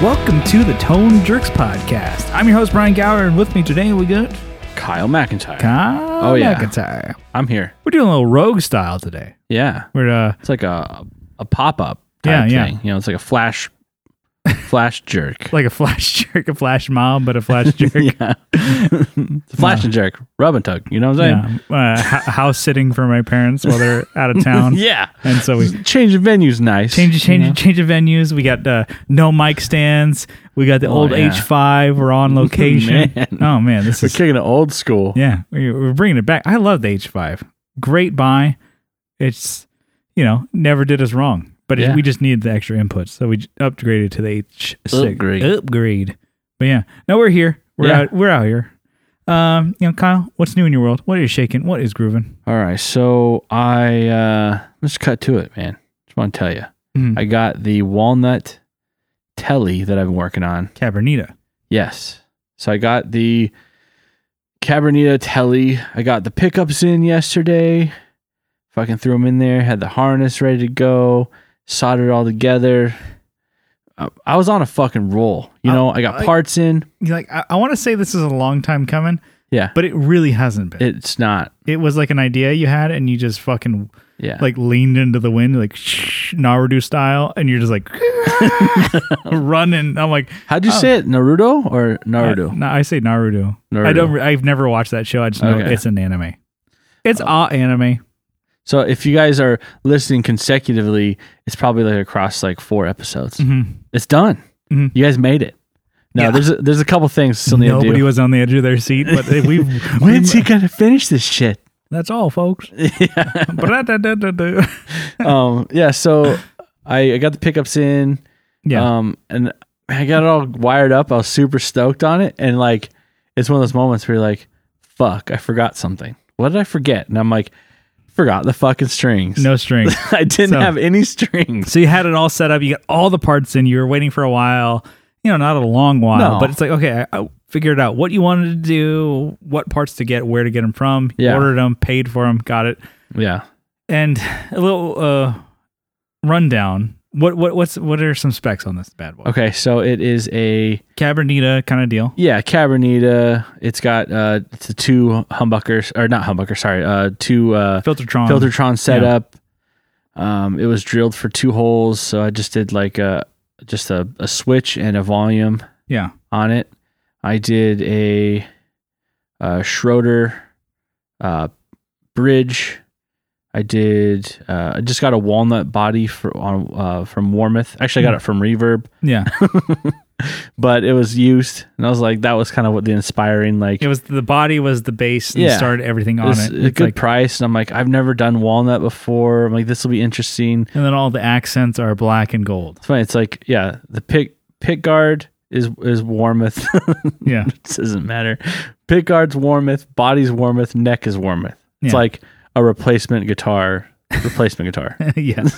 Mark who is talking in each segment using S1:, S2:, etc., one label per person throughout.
S1: Welcome to the Tone Jerks Podcast. I'm your host, Brian Gower, and with me today we got
S2: Kyle McIntyre.
S1: Kyle
S2: Oh, yeah.
S1: McIntyre.
S2: I'm here.
S1: We're doing a little rogue style today.
S2: Yeah.
S1: We're, uh,
S2: It's like a a pop up
S1: Yeah,
S2: type
S1: yeah.
S2: thing. You know, it's like a flash flash jerk.
S1: like a flash jerk, a flash mom, but a flash jerk.
S2: yeah. it's a flash and jerk. Rub and tug. You know what I'm
S1: Yeah. Uh, ho- house sitting for my parents while they're out of town.
S2: saying? Yeah.
S1: And so we
S2: Change of venue's nice.
S1: change, change, change of venues. We got uh, no mic stands. We got the old
S2: Oh, yeah.
S1: H5. We're on location.
S2: Man.
S1: Oh, man. This
S2: We're
S1: is,
S2: kicking it old school.
S1: yeah, we- we're bringing it back. I love the H5. Great buy. It's, you know, never did us wrong, but it,
S2: Yeah.
S1: we just needed the extra input. So we j- upgraded to the H6.
S2: Upgrade.
S1: Upgrade. But yeah, no, we're here. We're
S2: Yeah.
S1: out. We're out here. Um, you know, Kyle, what's new in your world? What are you shaking? What is grooving?
S2: All right. So I uh let's cut to it, man. Just want to tell you.
S1: Mhm.
S2: I got the walnut telly that I've been working on.
S1: Cabernita.
S2: Yes. So I got the Cabernita Telly. I got the pickups in yesterday. Fucking threw them in there. Had the harness ready to go. Soldered it all together. I, I was on a fucking roll. You
S1: Uh,
S2: know, I got
S1: I-
S2: parts in.
S1: You're like, I, I want to say this is a long time coming,
S2: Yeah.
S1: but it really hasn't been. It,
S2: It's not.
S1: was like an idea you had, and you just fucking
S2: Yeah.
S1: like leaned into the wind, like shh, Naruto style, and you're just like running. I'm like
S2: How'd you
S1: oh.
S2: say it? Naruto or Naruto?
S1: I, no, I say Naruto. I
S2: Naruto.
S1: don't. re- I've never watched that show. I just know
S2: Okay.
S1: it's an anime. It's a anime.
S2: so if you guys are listening consecutively, it's probably like across like four episodes.
S1: Mhm.
S2: It's done.
S1: Mhm.
S2: You guys made it. No,
S1: Yeah.
S2: there's a, there's a couple things still need to
S1: Nobody
S2: do.
S1: was on the edge of their seat, but they- we.
S2: When's
S1: we-
S2: he gonna finish this shit?
S1: That's all, folks. Ba-da-da-da-da-da.
S2: um, yeah. So I, I got the pickups in.
S1: yeah.
S2: Um, and I got it all wired up. I was super stoked on it, and like, it's one of those moments where you're like, "Fuck, I forgot something. What did I forget?" And I'm like, "Forgot the fucking strings.
S1: no strings.
S2: I didn't
S1: So-
S2: have any strings."
S1: So you had it all set up. You got all the parts in. You were waiting for a while. You know, not a long while,
S2: No.
S1: but it's like okay, I, I figured out what you wanted to do, what parts to get, where to get them from.
S2: Yeah.
S1: Ordered them, paid for them, got it.
S2: Yeah.
S1: And a little uh, rundown. What what what's what are some specs on this bad boy?
S2: Okay. So it is a
S1: Cabernita kind of deal.
S2: yeah Cabernita. It's got uh, it's a two humbuckers or not humbucker. Sorry, uh, two uh,
S1: Filtertron.
S2: Filtertron setup. Um, it was drilled for two holes, so I just did like a just a, a switch and a volume
S1: Yeah.
S2: on it. I did a, uh Schroeder uh, bridge. I did. Uh, I just got a walnut body for, on, uh, from Warmouth. Actually,
S1: Hmm.
S2: I got it from Reverb,
S1: Yeah.
S2: but it was used, and I was like, that was kind of what the inspiring like.
S1: it was the body was the base and
S2: Yeah.
S1: started everything
S2: it
S1: on
S2: was
S1: it.
S2: a
S1: It's
S2: good
S1: like,
S2: price, and I'm like, I've never done walnut before. I'm like, this will be interesting.
S1: and then all the accents are black and gold.
S2: It's funny. It's like yeah, the pick pick guard is is Warmouth.
S1: Yeah.
S2: it doesn't matter. Pick guard's Warmouth, body's Warmouth, neck is Warmouth. It's
S1: Yeah.
S2: like a replacement guitar, replacement guitar
S1: yes.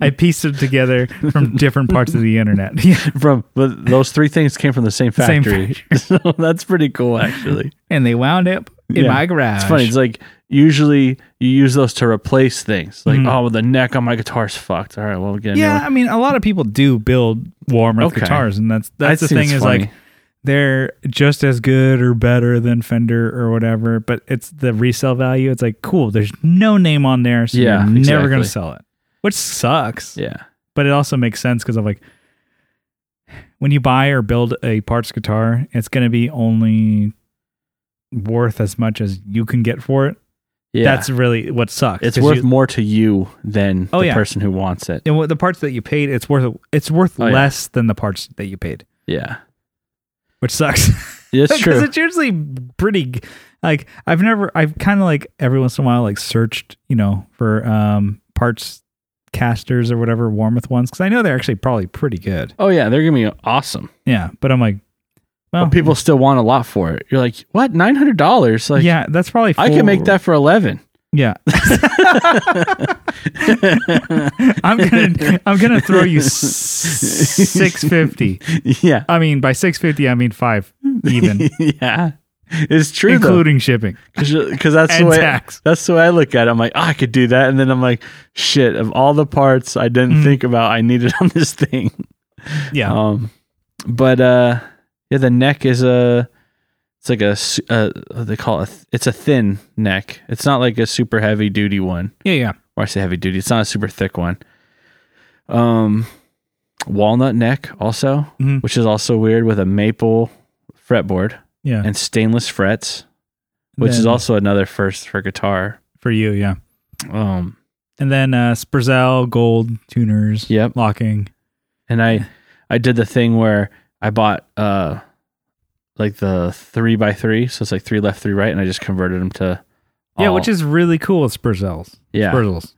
S1: I pieced it together from different parts of the internet. Yeah.
S2: from but those three things came from the same
S1: Same
S2: factory. so that's pretty cool actually.
S1: And they wound up in
S2: Yeah.
S1: my garage.
S2: It's funny. It's like usually you use those to replace things. Like oh, the neck on my guitar's fucked. All right, well again.
S1: Mm-hmm. yeah, I mean, a lot of people do build warmer
S2: Okay.
S1: guitars, and that's that's the
S2: think
S1: thing
S2: it's
S1: is like
S2: funny.
S1: they're just as good or better than Fender or whatever. But it's the resale value. It's like cool. There's no name on there, so
S2: Yeah,
S1: you're never gonna
S2: exactly.
S1: sell it, which sucks.
S2: yeah,
S1: But it also makes sense because I'm like, when you buy or build a parts guitar, it's gonna be only worth as much as you can get for it.
S2: yeah.
S1: That's really what sucks.
S2: it's
S1: 'cause
S2: worth
S1: you-
S2: more to you than
S1: Oh,
S2: the
S1: yeah.
S2: person who wants it.
S1: and what the parts that you paid, it's worth it's worth
S2: Oh, yeah.
S1: less than the parts that you paid,
S2: Yeah,
S1: which sucks.
S2: it's
S1: Because
S2: true.
S1: it's usually pretty. g- Like I've never, I've kind of like every once in a while like searched, you know, for um parts casters or whatever Warmouth ones because I know they're actually probably pretty good.
S2: oh yeah, they're gonna be awesome.
S1: Yeah, but I'm like, well,
S2: but people still want a lot for it. You're like, what? Nine hundred dollars? Like,
S1: yeah, that's probably.
S2: I
S1: full-
S2: can make that for eleven.
S1: Yeah, I'm gonna, I'm gonna throw you six fifty.
S2: yeah,
S1: I mean, by six fifty, I mean five even,
S2: yeah, it's true though.
S1: including shipping.
S2: Because that's the
S1: And
S2: way
S1: tax.
S2: that's the way I look at it. I'm like, "Ah, I could do that, and then I'm like,
S1: Mm.
S2: shit. Of all the parts I didn't think about, I needed on this thing.
S1: Yeah.
S2: Um, but uh, yeah, the neck is a it's like a s- uh, what they call it it's a thin neck. It's not like a super heavy duty one.
S1: Yeah, yeah.
S2: Or I say heavy duty. It's not a super thick one. Um, walnut neck also,
S1: Mhm.
S2: which is also weird with a maple fretboard
S1: Yeah.
S2: and stainless frets, which is
S1: Then-
S2: also another first for guitar.
S1: for you, yeah.
S2: Um,
S1: And then uh Spurzel gold tuners,
S2: yep.
S1: locking.
S2: And I, I did the thing where I bought uh, like the three by three, so it's like three left, three right, and I just converted them to.
S1: Yeah,
S2: all-
S1: which is really cool with Spurzels.
S2: yeah,
S1: Spurzels.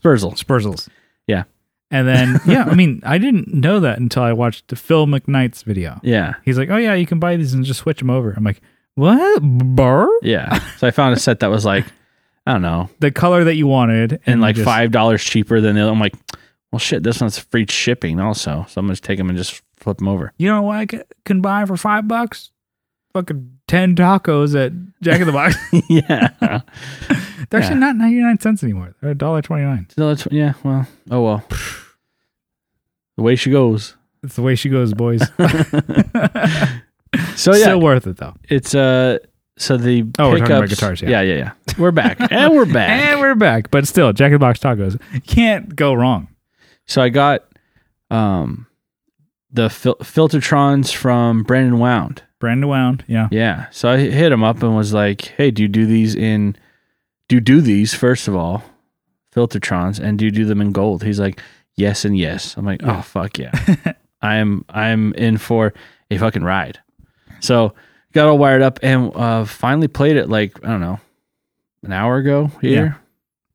S2: Spurzels.
S1: Spurzels.
S2: Yeah.
S1: And then yeah, I mean, I didn't know that until I watched Phil McKnight's video.
S2: Yeah,
S1: He's like, "Oh yeah, you can buy these and just switch them over." I'm like, "What? Burr?
S2: yeah. so I found a set that was like, I don't know,
S1: The color that you wanted
S2: and like
S1: just-
S2: five dollars cheaper than the other. I'm like, well, shit, this one's free shipping also, so I'm gonna just take them and just flip them over.
S1: You know what I c- can buy for 5 bucks? Fucking 10 tacos at Jack in the Box.
S2: yeah.
S1: They're actually not 99 cents anymore. They're $1.29.
S2: No, that's yeah. Well, oh well. the way she goes.
S1: It's the way she goes, boys.
S2: So Oh, yeah,
S1: Still worth it though.
S2: it's uh. So the
S1: Oh, we're talking
S2: pickups,
S1: about guitars, yeah.
S2: yeah, yeah, yeah. We're back, and we're back.
S1: And we're back, but still, Jack in the Box tacos can't go wrong.
S2: so I got um the fil- filtertrons from Brandon Wound.
S1: Brandon Wound, yeah,
S2: Yeah. So I hit him up and was like, "Hey, do you do these in? Do you do these first of all, filtertrons, and do you do them in gold?" He's like, "Yes and yes." I'm like, "Oh fuck yeah, I'm I'm in for a fucking ride." So got all wired up and uh, finally played it like I don't know an hour ago here.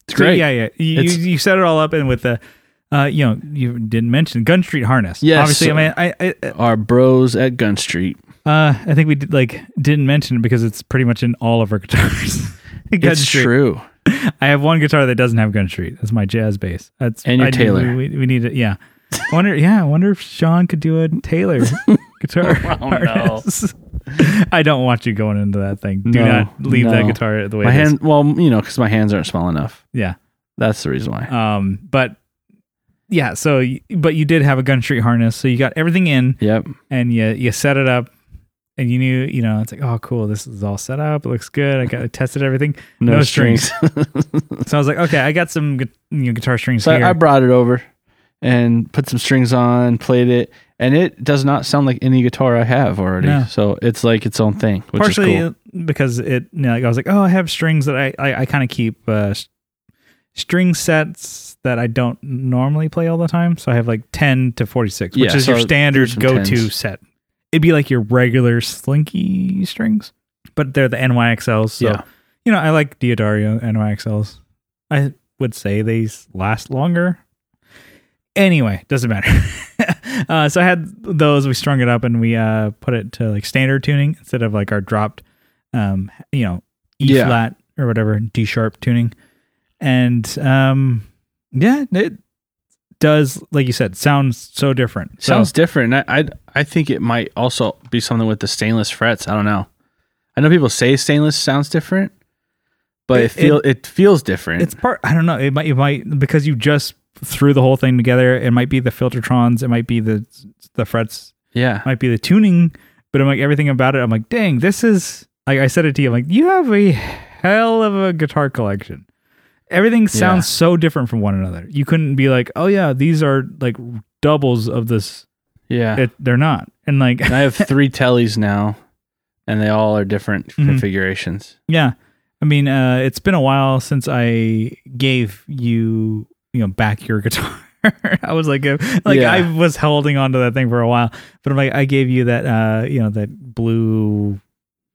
S2: It's
S1: So,
S2: great.
S1: yeah, yeah. You, you
S2: It's-
S1: you set it all up, and with the, uh, you know, you didn't mention Gun Street Harness.
S2: Yes.
S1: obviously, I mean, I, I,
S2: Our bros at Gun Street.
S1: uh, I think we did, like didn't mention it because it's pretty much in all of our guitars. Gun
S2: it's
S1: Street.
S2: true.
S1: I have one guitar that doesn't have Gun Street. That's my jazz bass. That's
S2: And your
S1: I do-
S2: Taylor.
S1: We, we need it. Yeah. Wonder. yeah. I wonder if Sean could do a Taylor guitar.
S2: Oh, no.
S1: harness. I don't want you going into that thing. Do
S2: No,
S1: not leave that
S2: no.
S1: guitar the way
S2: My
S1: it is.
S2: hand, well, you know, because my hands aren't small enough.
S1: Yeah.
S2: That's the reason why.
S1: Um. But yeah. So, y- but you did have a Gun Street harness, so you got everything in,
S2: Yep.
S1: and you you set it up. And you knew, you know, it's like, oh, cool, this is all set up. It looks good. I got I tested everything. No strings. So I was like, okay, I got some gu- you know, guitar strings
S2: So
S1: here.
S2: I brought it over and put some strings on, played it, and it does not sound like any guitar I have already.
S1: No.
S2: So it's like its own thing, which
S1: partially uh,
S2: is cool.
S1: because it you know, like I was like, oh, I have strings that I I, I kind of keep uh, s- string sets that I don't normally play all the time. So I have like ten to forty six, which
S2: Yeah,
S1: is
S2: so
S1: your standard
S2: some
S1: go to
S2: 10s.
S1: set. It'd be like your regular slinky strings, but they're the NYXLs. So
S2: Yeah.
S1: you know, I like Diodario NYXLs. I would say these last longer. Anyway, doesn't matter. uh, so I had those. We strung it up and we uh, put it to like standard tuning instead of like our dropped, um, you know, E
S2: Yeah.
S1: flat or whatever D sharp tuning. And um, yeah, it does like you said, sounds so different. So-
S2: Sounds different. and I, I I think it might also be something with the stainless frets. I don't know. I know people say stainless sounds different, but it,
S1: It-
S2: feel it, feels different.
S1: It's part. I don't know. It might. It might because you just threw the whole thing together. It might be the filtertrons. It might be the the frets.
S2: yeah.
S1: It might be the tuning. But I'm like everything about it. I'm like, dang, this is. Like I said it to you. I'm like, you have a hell of a guitar collection. Everything sounds so different from one another. You couldn't be like, oh yeah, these are like doubles of this.
S2: Yeah.
S1: It, they're not. And like,
S2: And I have three tellies now, and they all are different
S1: Mhm.
S2: configurations.
S1: Yeah. I mean, uh, it's been a while since I gave you, you know, back your guitar. I was like, uh, like
S2: Yeah.
S1: I was holding on to that thing for a while, but I'm like, I gave you that, uh, you know, that blue.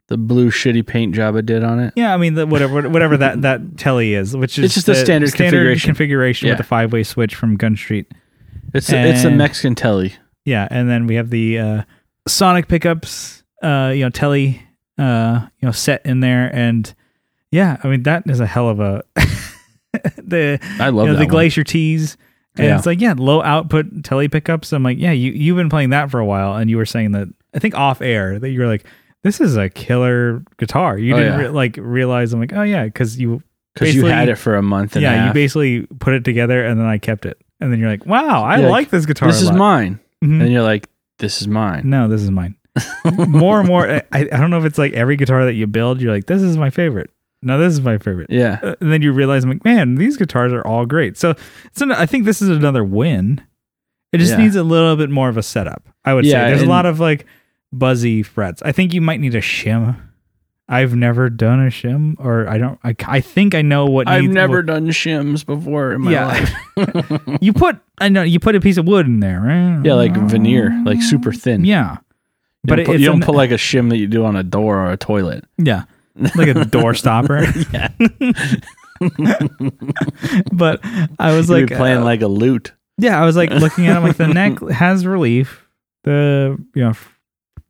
S2: The blue shitty paint job I did on it.
S1: Yeah, I mean, the, whatever, whatever that that telly is, which is
S2: It's just a
S1: the
S2: standard configuration.
S1: configuration with
S2: Yeah.
S1: a five way switch from Gun Street.
S2: It's the, it's a
S1: And-
S2: Mexican telly.
S1: Yeah, and then we have the uh, Sonic pickups, uh, you know, telly, uh, you know, set in there, and yeah, I mean that is a hell of a the
S2: I love
S1: you know,
S2: that
S1: the
S2: one.
S1: Glacier Tees, and
S2: Yeah.
S1: it's like yeah, low output telly pickups. I'm like yeah, you you've been playing that for a while, and you were saying that I think off air that you were like this is a killer guitar. You
S2: Oh,
S1: didn't
S2: yeah.
S1: re- like realize I'm like oh yeah, because you
S2: because you
S1: Basically-
S2: had it for a month and a
S1: yeah you
S2: half.
S1: basically put it together, and then I kept it, and then you're like wow, I
S2: Yeah,
S1: like this guitar.
S2: this
S1: a
S2: is
S1: lot.
S2: mine,
S1: Mhm.
S2: and you're like, this is mine.
S1: No, this is mine. more and more, I, I don't know if it's like every guitar that you build, you're like, this is my favorite. No, this is my favorite.
S2: Yeah.
S1: Uh, and then you realize, I'm like, man, these guitars are all great. So, so I think this is another win. It just
S2: Yeah.
S1: needs a little bit more of a setup. I would
S2: Yeah,
S1: say there's a
S2: and-
S1: lot of like buzzy frets. I think you might need a shim. I've never done a shim, or I don't. I, I think I know what.
S2: I've
S1: needs-
S2: never
S1: what-
S2: done shims before in my
S1: Yeah.
S2: life.
S1: you put. I know you put a piece of wood in there, right? Mm,
S2: Yeah, like veneer, like super thin.
S1: Yeah,
S2: You
S1: but
S2: don't
S1: it-
S2: put,
S1: it's
S2: you don't
S1: an-
S2: put like a shim that you do on a door or a toilet.
S1: Yeah. Like a door stopper. yeah. but I was
S2: You'd
S1: like
S2: be playing
S1: uh,
S2: like a lute.
S1: Yeah, I was like looking at him like the neck has relief. The you know f-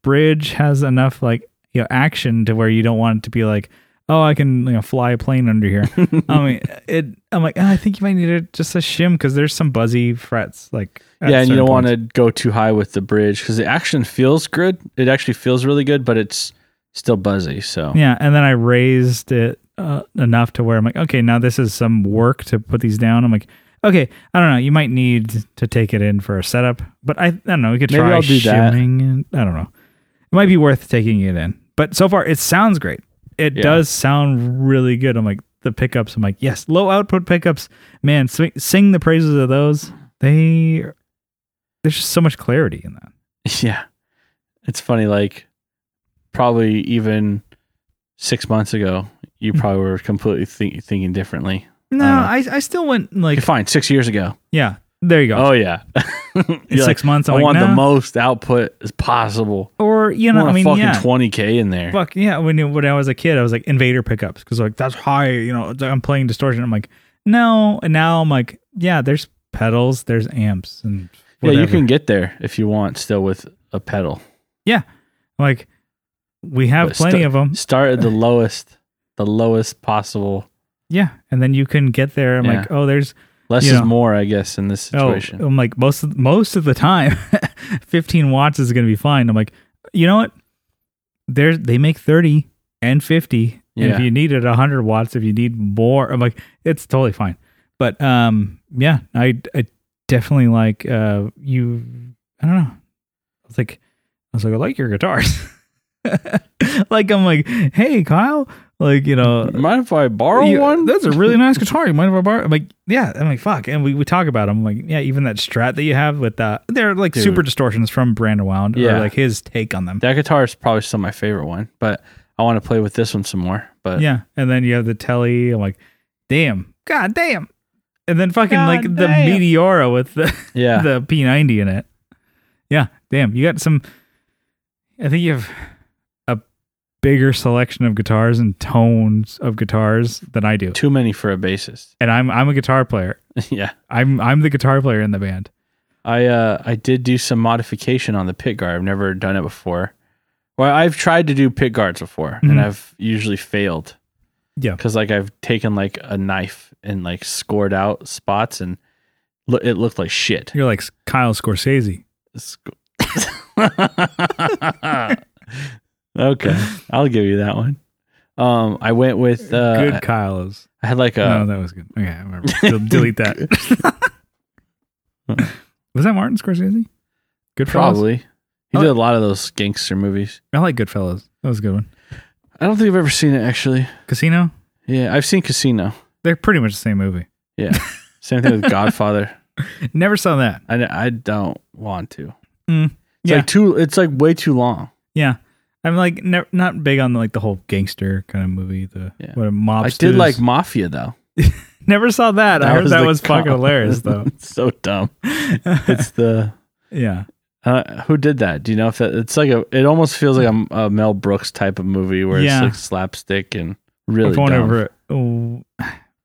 S1: bridge has enough like you know action to where you don't want it to be like, oh, I can you know fly a plane under here. I mean, it. I'm like, "Ah, I think you might need a, just a shim because there's some buzzy frets like. at
S2: yeah, and you
S1: certain
S2: don't want
S1: points.
S2: to go too high with the bridge because the action feels good. It actually feels really good, but it's still buzzy. So
S1: Yeah, and then I raised it uh, enough to where I'm like, okay, now this is some work to put these down. I'm like, okay, I don't know. You might need to take it in for a setup, but I, I don't know. We could
S2: Maybe
S1: try
S2: I'll do that.
S1: shimming. and- I don't know. It might be worth taking it in, but so far it sounds great. It
S2: Yeah.
S1: does sound really good. I'm like the pickups. I'm like, yes, low output pickups. Man, swi- sing the praises of those. They there's just so much clarity in that.
S2: yeah, it's funny. Like probably even six months ago,
S1: Hmm.
S2: you probably were completely think, thinking differently.
S1: No,
S2: know.
S1: I, I still went like,
S2: You're fine. Six years ago.
S1: yeah, there you go.
S2: Oh yeah. You're like,
S1: Six months. I'm
S2: I
S1: like,
S2: want the
S1: nah.
S2: most output as possible.
S1: or you know,
S2: want
S1: I
S2: a
S1: mean,
S2: fucking
S1: yeah,
S2: twenty k in there.
S1: fuck yeah. When you- when I was a kid, I was like Invader pickups because like that's high. You know, I'm playing distortion. I'm like, no, and now I'm like, yeah, there's pedals, there's amps, and
S2: Yeah, you
S1: whatever.
S2: can get there if you want. Still with a pedal.
S1: I'm like we have
S2: But
S1: plenty
S2: stu-
S1: of them.
S2: Start at the lowest, the lowest possible.
S1: Yeah, and then you can get there. I'm
S2: Yeah.
S1: like, oh, there's
S2: Less
S1: You
S2: is
S1: know.
S2: more, I guess, in this situation.
S1: Oh, I'm like most of, most of the time, 15 watts is going to be fine. I'm like, you know what? There's they make 30 and 50, and
S2: Yeah.
S1: if you need it 100 watts, if you need more, I'm like, it's totally fine. But um, yeah, I I definitely like uh you. I don't know. I was like, I was like, I like your guitars. like I'm like, hey Kyle, like you know,
S2: Mind if I borrow
S1: yeah,
S2: one?
S1: That's a really nice guitar. You mind if I borrow? I'm like, yeah. I'm like, fuck. And we, we talk about them. like, yeah, even that strat that you have with that, they're like
S2: Dude.
S1: super distortions from Brandon Wound
S2: Yeah.
S1: or like his take on them.
S2: that guitar is probably still my favorite one, but I want to play with this one some more. But
S1: yeah. And then you have the telly. I'm like, damn, god damn. And then fucking
S2: God
S1: like the
S2: damn.
S1: Meteora with the,
S2: yeah,
S1: the P90 in it. Yeah. Damn. You got some, I think you have a bigger selection of guitars and tones of guitars than I do.
S2: too many for a bassist.
S1: And I'm, I'm a guitar player.
S2: yeah,
S1: I'm I'm the guitar player in the band.
S2: I uh, I did do some modification on the pit guard. I've never done it before. Well, I've tried to do pit guards before, and
S1: Mhm.
S2: I've usually failed.
S1: Yeah.
S2: because like I've taken like a knife and like scored out spots, and lo- it looked like shit.
S1: You're like Kyle Scorsese.
S2: Sc- okay, I'll give you that one. Um, I went with uh,
S1: good Kyle is.
S2: I had like
S1: No,
S2: a
S1: that was good. Okay, I remember. Del- delete that. was that Martin Scorsese? Goodfellas.
S2: probably. He
S1: Oh.
S2: did a lot of those gangster movies.
S1: I like Goodfellas. That was a good one.
S2: I don't think I've ever seen it actually.
S1: Casino.
S2: Yeah, I've seen Casino.
S1: They're pretty much the same movie.
S2: Same thing with Godfather.
S1: Never saw that.
S2: I, I don't want to.
S1: Mm,
S2: It's
S1: yeah.
S2: like too. It's like way too long.
S1: yeah. I'm like ne- not big on like the whole gangster kind of movie. The
S2: Yeah.
S1: what a mob.
S2: I did like Mafia though.
S1: Never saw that. I heard that
S2: the
S1: was fucking
S2: con-
S1: hilarious though.
S2: so dumb. It's the
S1: yeah.
S2: Uh, who did that? Do you know if that, it's like a? It almost feels like a, a Mel Brooks type of movie where
S1: Yeah.
S2: it's like slapstick and really
S1: I'm going
S2: dumb.
S1: over. Oh,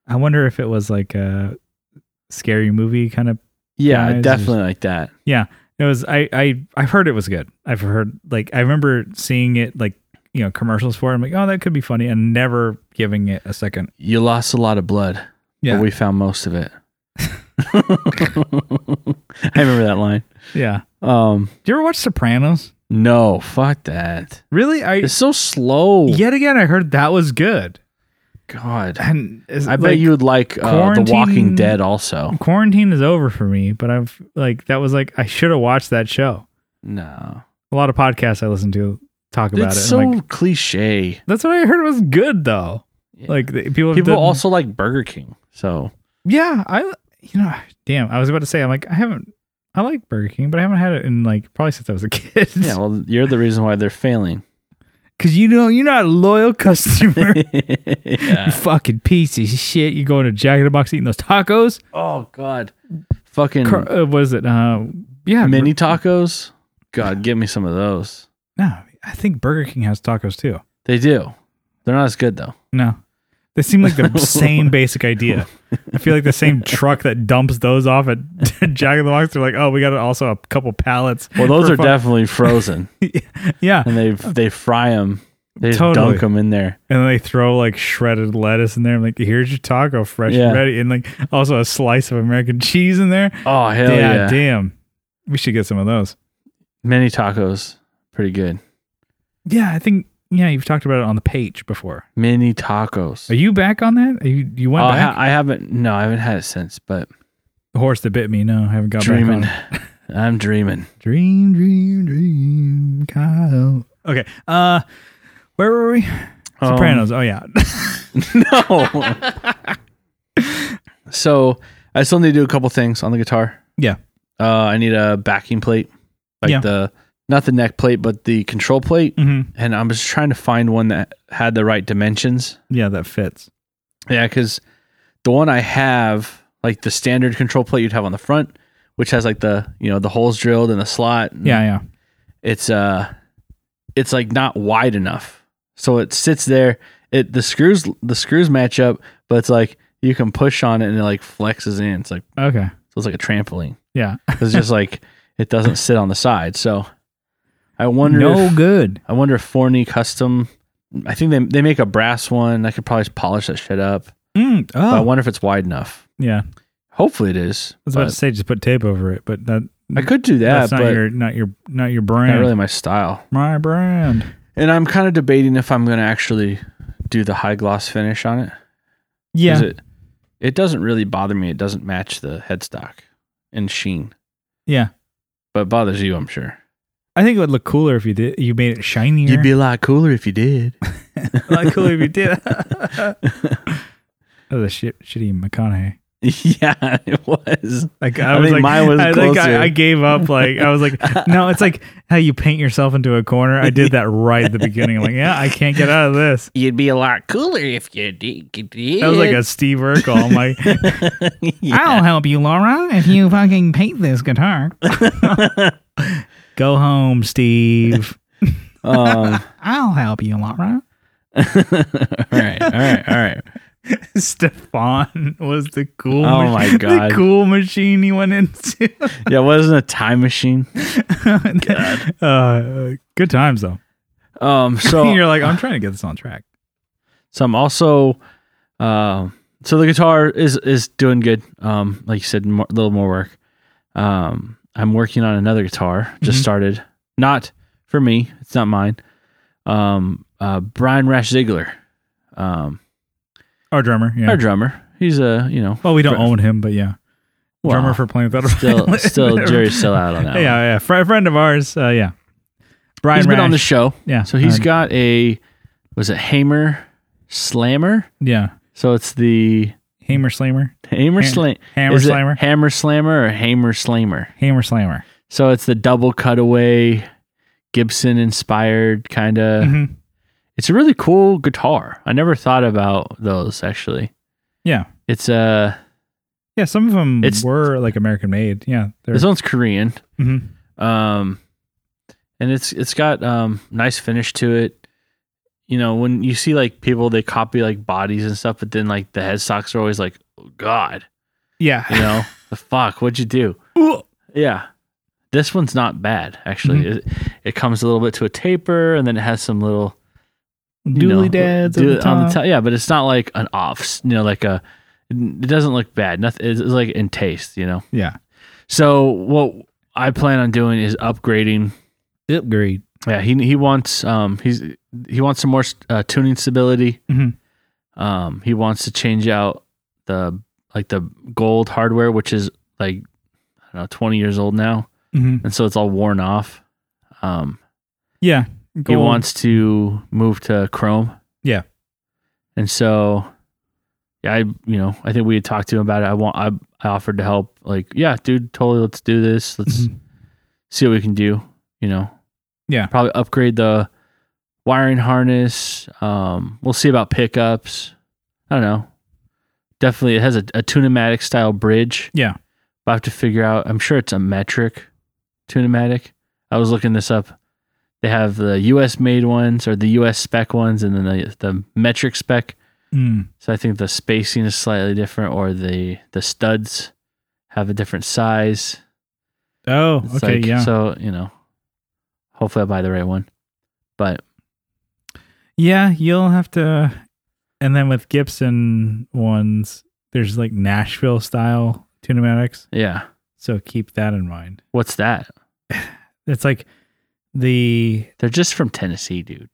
S1: I wonder if it was like a scary movie kind of.
S2: yeah,
S1: guys,
S2: definitely like that.
S1: It was. I I I've heard it was good. I've heard like I remember seeing it like you know commercials for. It. I'm like, oh, that could be funny, and never giving it a second.
S2: You lost a lot of blood,
S1: Yeah.
S2: but we found most of it. I remember that line.
S1: Yeah.
S2: Um,
S1: Do you ever watch Sopranos?
S2: no, fuck that.
S1: Really? I
S2: It's so slow.
S1: yet again I heard that was good,
S2: God,
S1: and it's
S2: I bet
S1: like,
S2: you would like uh, The Walking
S1: Quarantine-
S2: Dead also.
S1: quarantine is over for me. But I've like that was like I should have watched that show.
S2: No,
S1: A lot of podcasts I listen to talk about
S2: it's
S1: it.
S2: so
S1: I'm like,
S2: cliche.
S1: that's what I heard was good though.
S2: Yeah.
S1: Like the- people, have
S2: people
S1: done-
S2: also like Burger King, so
S1: yeah. I you know, damn. I was about to say I'm like I haven't. I like Burger King, but I haven't had it in like probably since I was a kid.
S2: yeah. Well, you're the reason why they're failing.
S1: because you know you're not a loyal customer. You
S2: yeah.
S1: fucking piece of shit. You going to Jack in the Box eating those tacos?
S2: Oh God, fucking
S1: Car- uh, was it? Uh, yeah,
S2: mini tacos. God, give me some of those.
S1: No, I think Burger King has tacos too.
S2: They do. They're not as good though.
S1: No, they seem like the same basic idea. I feel like the same truck that dumps those off at Jack in the Box. They're like, oh, we got also a couple pallets.
S2: Well, those
S1: for
S2: are
S1: fu-
S2: definitely frozen,
S1: yeah,
S2: and they they fry them. They just
S1: Totally.
S2: dunk them in there.
S1: and then they throw like shredded lettuce in there. I'm like, here's your taco, fresh
S2: Yeah.
S1: and ready, and like also a slice of American cheese in there.
S2: Oh hell
S1: yeah,
S2: yeah!
S1: damn, we should get some of those.
S2: Mini tacos, pretty good.
S1: Yeah, I think yeah, you've talked about it on the page before.
S2: Mini tacos.
S1: Are you back on that? Are you you
S2: Oh,
S1: went
S2: I,
S1: back?
S2: ha- I haven't. No, I haven't had it since. But
S1: the horse that bit me. No, I haven't got
S2: dreaming,
S1: back on.
S2: I'm dreaming.
S1: Dream, dream, dream, Kyle. Okay. Uh, where were we?
S2: Um,
S1: Sopranos. Oh yeah.
S2: No. so I still need to do a couple things on the guitar.
S1: Yeah.
S2: Uh, I need a backing plate, like
S1: Yeah.
S2: the not the neck plate, but the control plate.
S1: mm-hmm.
S2: And I was trying to find one that had the right dimensions.
S1: Yeah, that fits.
S2: Yeah, because the one I have, like the standard control plate you'd have on the front, which has like the you know the holes drilled and the slot. and
S1: Yeah, yeah.
S2: it's uh it's like not wide enough so it sits there it the screws the screws match up but it's like you can push on it and it like flexes in it's like
S1: Okay.
S2: so it's like a trampoline
S1: Yeah.
S2: it's just like it doesn't sit on the side so i wonder
S1: No
S2: if,
S1: good.
S2: i wonder if forney custom i think they, they make a brass one i could probably just polish that shit up
S1: Mm,
S2: but i
S1: oh,
S2: wonder if it's wide enough
S1: yeah. I
S2: hopefully it is
S1: was about
S2: but
S1: to say just put tape over it, but that
S2: i could do that
S1: that's not
S2: but
S1: your not your not your
S2: not
S1: brand.
S2: really my style
S1: My brand.
S2: And I'm kind of debating if I'm going to actually do the high gloss finish on it. 'Cause
S1: Yeah.
S2: It, it doesn't really bother me. It doesn't match the headstock and sheen,
S1: yeah.
S2: but it bothers you, I'm sure.
S1: I think it would look cooler if you did. You made it shinier.
S2: You'd be a lot cooler if you did.
S1: a lot cooler if you did. that was a shit, shitty McConaughey.
S2: yeah, it was.
S1: Like I,
S2: I
S1: was
S2: think
S1: like,
S2: mine was
S1: I, think
S2: closer.
S1: I, I gave up. Like I was like, no, it's like how you paint yourself into a corner. I did that right at the beginning. I'm like, yeah, I can't get out of this.
S2: You'd be a lot cooler if you did.
S1: That was like a Steve Urkel. I'm like, I'll help you, Laura, if you fucking paint this guitar. Go home, Steve.
S2: um,
S1: I'll help you, Laura.
S2: all right, all right, all right.
S1: Stefan was the cool.
S2: Oh
S1: mach-
S2: my
S1: The
S2: God.
S1: cool machine he went into.
S2: Yeah, it wasn't a time machine.
S1: Uh, good times though.
S2: Um, so
S1: You're like, I'm trying to get this on track.
S2: So I'm also, um, so the guitar is is doing good. Um, like you said, a little more work. Um, I'm working on another guitar. Just
S1: Mhm.
S2: started. Not for me. It's not mine. Um, uh, Brian Rash Ziegler, um,
S1: Our drummer, yeah. Oh.
S2: our drummer. He's a you know
S1: Well, we don't
S2: Fr-
S1: own him, but yeah,
S2: well,
S1: drummer for playing without a
S2: still
S1: Violin.
S2: still jury's still out on that.
S1: yeah,
S2: one.
S1: yeah, Fri friend of ours. Uh, yeah, Brian.
S2: he's been on the
S1: Rash.
S2: show.
S1: yeah,
S2: So he's
S1: uh,
S2: got a was it Hamer Slammer?
S1: yeah,
S2: So it's the
S1: Hammer Slammer,
S2: Hamer
S1: Ham-
S2: Slam.
S1: Hammer
S2: Is it
S1: Slammer,
S2: Hammer Slammer or Hamer Slammer?
S1: Hammer Slammer.
S2: So it's the double cutaway, Gibson inspired kind of.
S1: Mhm.
S2: It's a really cool guitar. I never thought about those actually.
S1: Yeah,
S2: It's uh
S1: yeah. Some of them
S2: It's-
S1: were like American made. Yeah, they're,
S2: this one's Korean.
S1: Mhm.
S2: Um and it's it's got um nice finish to it. You know, when you see like people they copy like bodies and stuff, but then like the headstocks are always like, oh, God, you
S1: yeah.
S2: know, the fuck, what'd you do?
S1: Ooh.
S2: Yeah. This one's not bad, actually. It, it comes a little bit to a taper and then it has some little you know,
S1: Dooley dads
S2: do-
S1: on the top.
S2: top. Yeah, but it's not like an off, you know, like a, it doesn't look bad. Nothing, it's it's like in taste, you know?
S1: Yeah,
S2: So what I plan on doing is upgrading.
S1: upgrade.
S2: Yeah. He, he wants, um, he's, he wants some more uh, tuning stability.
S1: Mhm.
S2: Um, he wants to change out the, like the gold hardware, which is like, I don't know, 20 years old now.
S1: Mm-hmm.
S2: And so it's all worn off. Um,
S1: Yeah.
S2: he
S1: gold.
S2: wants to move to Chrome.
S1: Yeah.
S2: And so, yeah, I you know I think we had talked to him about it. I want I, I offered to help. Like, yeah, dude, totally. Let's do this. Let's
S1: Mhm.
S2: see what we can do. You know.
S1: Yeah.
S2: Probably upgrade the wiring harness. Um, we'll see about pickups. I don't know. Definitely, it has a, a tunematic style bridge.
S1: Yeah.
S2: But I have to figure out. I'm sure it's a metric tunematic. I was looking this up. They have the U.S. made ones or the U.S. spec ones, and then the the metric spec.
S1: Mm.
S2: So I think the spacing is slightly different, or the the studs have a different size.
S1: Oh,
S2: It's
S1: okay,
S2: like-
S1: yeah.
S2: So you know, hopefully I buy the right one. But
S1: Yeah, you'll have to. And then with Gibson ones, there's like Nashville style tunematics.
S2: yeah,
S1: So keep that in mind.
S2: what's that?
S1: It's like the
S2: They're just from Tennessee, dude.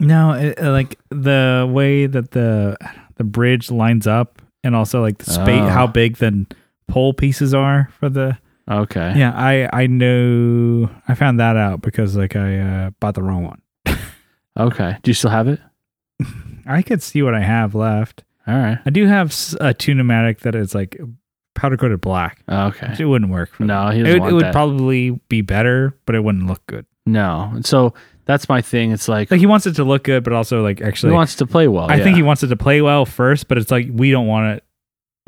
S1: no, it, uh, like the way that the the bridge lines up, and also like the space,
S2: Oh.
S1: how big the pole pieces are for the.
S2: Okay.
S1: Yeah, I I know I found that out because like I uh, bought the wrong one.
S2: Okay. Do you still have it?
S1: I could see what I have left.
S2: All right.
S1: I do have s- a tunematic that is like powder coated black.
S2: Okay.
S1: It wouldn't work. For
S2: No, he
S1: that.
S2: doesn't
S1: it would,
S2: want
S1: it would
S2: that.
S1: probably be better, but it wouldn't look good.
S2: no. And so that's my thing. It's like,
S1: Like he wants it to look good, but also like
S2: he
S1: actually,
S2: wants to play well.
S1: I
S2: Oh, yeah.
S1: think he wants it to play well first. But it's like we don't want it.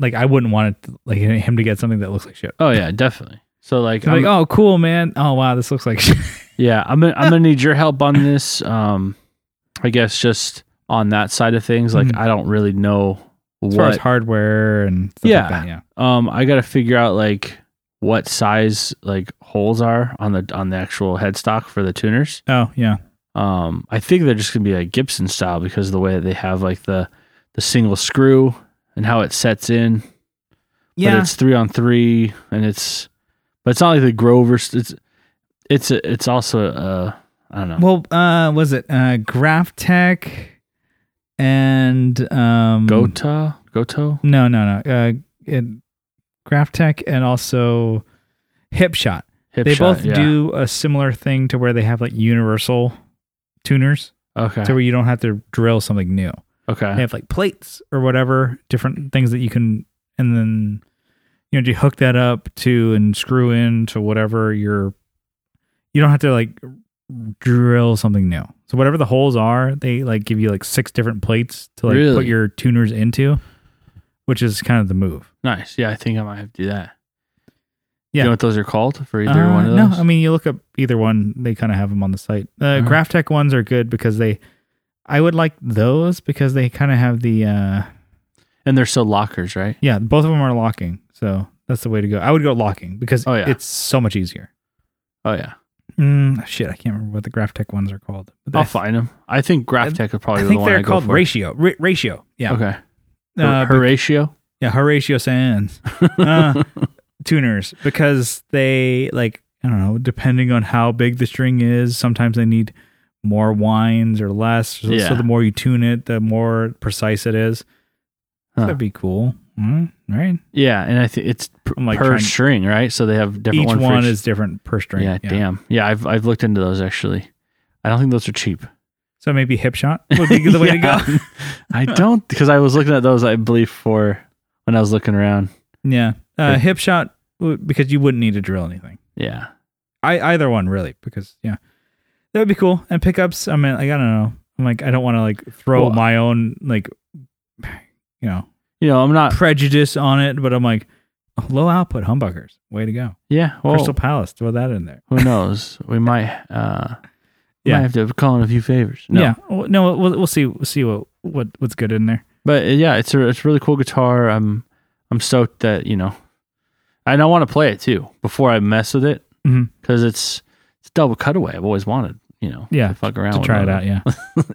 S1: Like I wouldn't want it to, like him to get something that looks like shit.
S2: Oh yeah, definitely. So like,
S1: Like
S2: I'm,
S1: oh cool man, oh wow this looks like shit.
S2: yeah, I'm gonna, I'm gonna need your help on this. Um, I guess just on that side of things, like
S1: Mhm.
S2: I don't really know
S1: as far
S2: what.
S1: as hardware and stuff
S2: Yeah.
S1: like that, yeah.
S2: um, I gotta figure out like what size like holes are on the on the actual headstock for the tuners.
S1: Oh yeah,
S2: Um, I think they're just gonna be like Gibson style because of the way that they have like the the single screw and how it sets in. But it's three on three, and it's but it's not like the Grover. It's it's a, it's also uh I don't know.
S1: Well, uh, was it uh, GraphTech and um,
S2: Gota? Goto?
S1: No, no, no. Uh, it, GraphTech and also HipShot.
S2: Hip
S1: they
S2: shot,
S1: both
S2: yeah.
S1: do a similar thing to where they have like universal tuners,
S2: Okay.
S1: to where you don't have to drill something new.
S2: okay.
S1: They have like plates or whatever, different things that you can, and then you know you hook that up to and screw in to whatever your. You don't have to like drill something new. So whatever the holes are, they like give you like six different plates to like
S2: Really?
S1: put your tuners into, which is kind of the move.
S2: Nice. Yeah, I think I might have to do that.
S1: Yeah.
S2: You know what those are called for either
S1: Uh,
S2: one of those? Uh-huh.
S1: No, I mean you look up either one; they kind of have them on the site. The
S2: Alright.
S1: GraphTech ones are good because they. I would like those because they kind of have the. uh
S2: and they're still lockers, right?
S1: Yeah, both of them are locking. So that's the way to go. I would go locking because
S2: Oh, yeah.
S1: it's so much easier.
S2: Oh, yeah.
S1: Mm, shit, I can't remember what the GraphTech ones are called. But
S2: I'll
S1: I-
S2: find them. I think GraphTech would probably
S1: I
S2: be
S1: think
S2: the one
S1: they're
S2: I go
S1: called
S2: for.
S1: ratio. Ra- ratio. Yeah.
S2: Okay.
S1: Uh,
S2: Her- Horatio?
S1: yeah, Horatio Sands. Uh, tuners because they like I don't know, depending on how big the string is, sometimes they need more winds or less. So, so
S2: Yeah.
S1: the more you tune it, the more precise it is.
S2: Huh.
S1: That'd be cool. Mm, right.
S2: yeah, and I think it's per,
S1: I'm like
S2: per
S1: trying-
S2: string, right? So they have different
S1: Each
S2: one,
S1: one,
S2: for each-
S1: is different per string.
S2: yeah, damn. Yeah, I've I've looked into those actually. I don't think those are cheap.
S1: So maybe hip shot would be the way to go.
S2: Yeah. I don't because I was looking at those I believe for when I was looking around.
S1: Yeah. Uh,
S2: Yeah.
S1: hip shot w- because you wouldn't need to drill anything.
S2: Yeah.
S1: I either one really because yeah, that would be cool. And pickups. I mean, like I don't know. I'm like I don't want to like throw
S2: Well-
S1: my own like you know
S2: You know, I'm not
S1: prejudice on it, but I'm like low output humbuckers. Way to go,
S2: Yeah. Well,
S1: Crystal Palace. Throw that in there.
S2: who knows? We might. Uh, we
S1: Yeah.
S2: might have to call in a few favors. No.
S1: Yeah. Well, No. We'll, we'll see. We'll see what what what's good in there.
S2: But uh, yeah, it's a it's a really cool guitar. I'm I'm stoked that you know, and I want to play it too before I mess with it
S1: Mhm.
S2: because it's it's double cutaway. I've always wanted you know.
S1: Yeah,
S2: To fuck around.
S1: To
S2: with
S1: try it out. Yeah.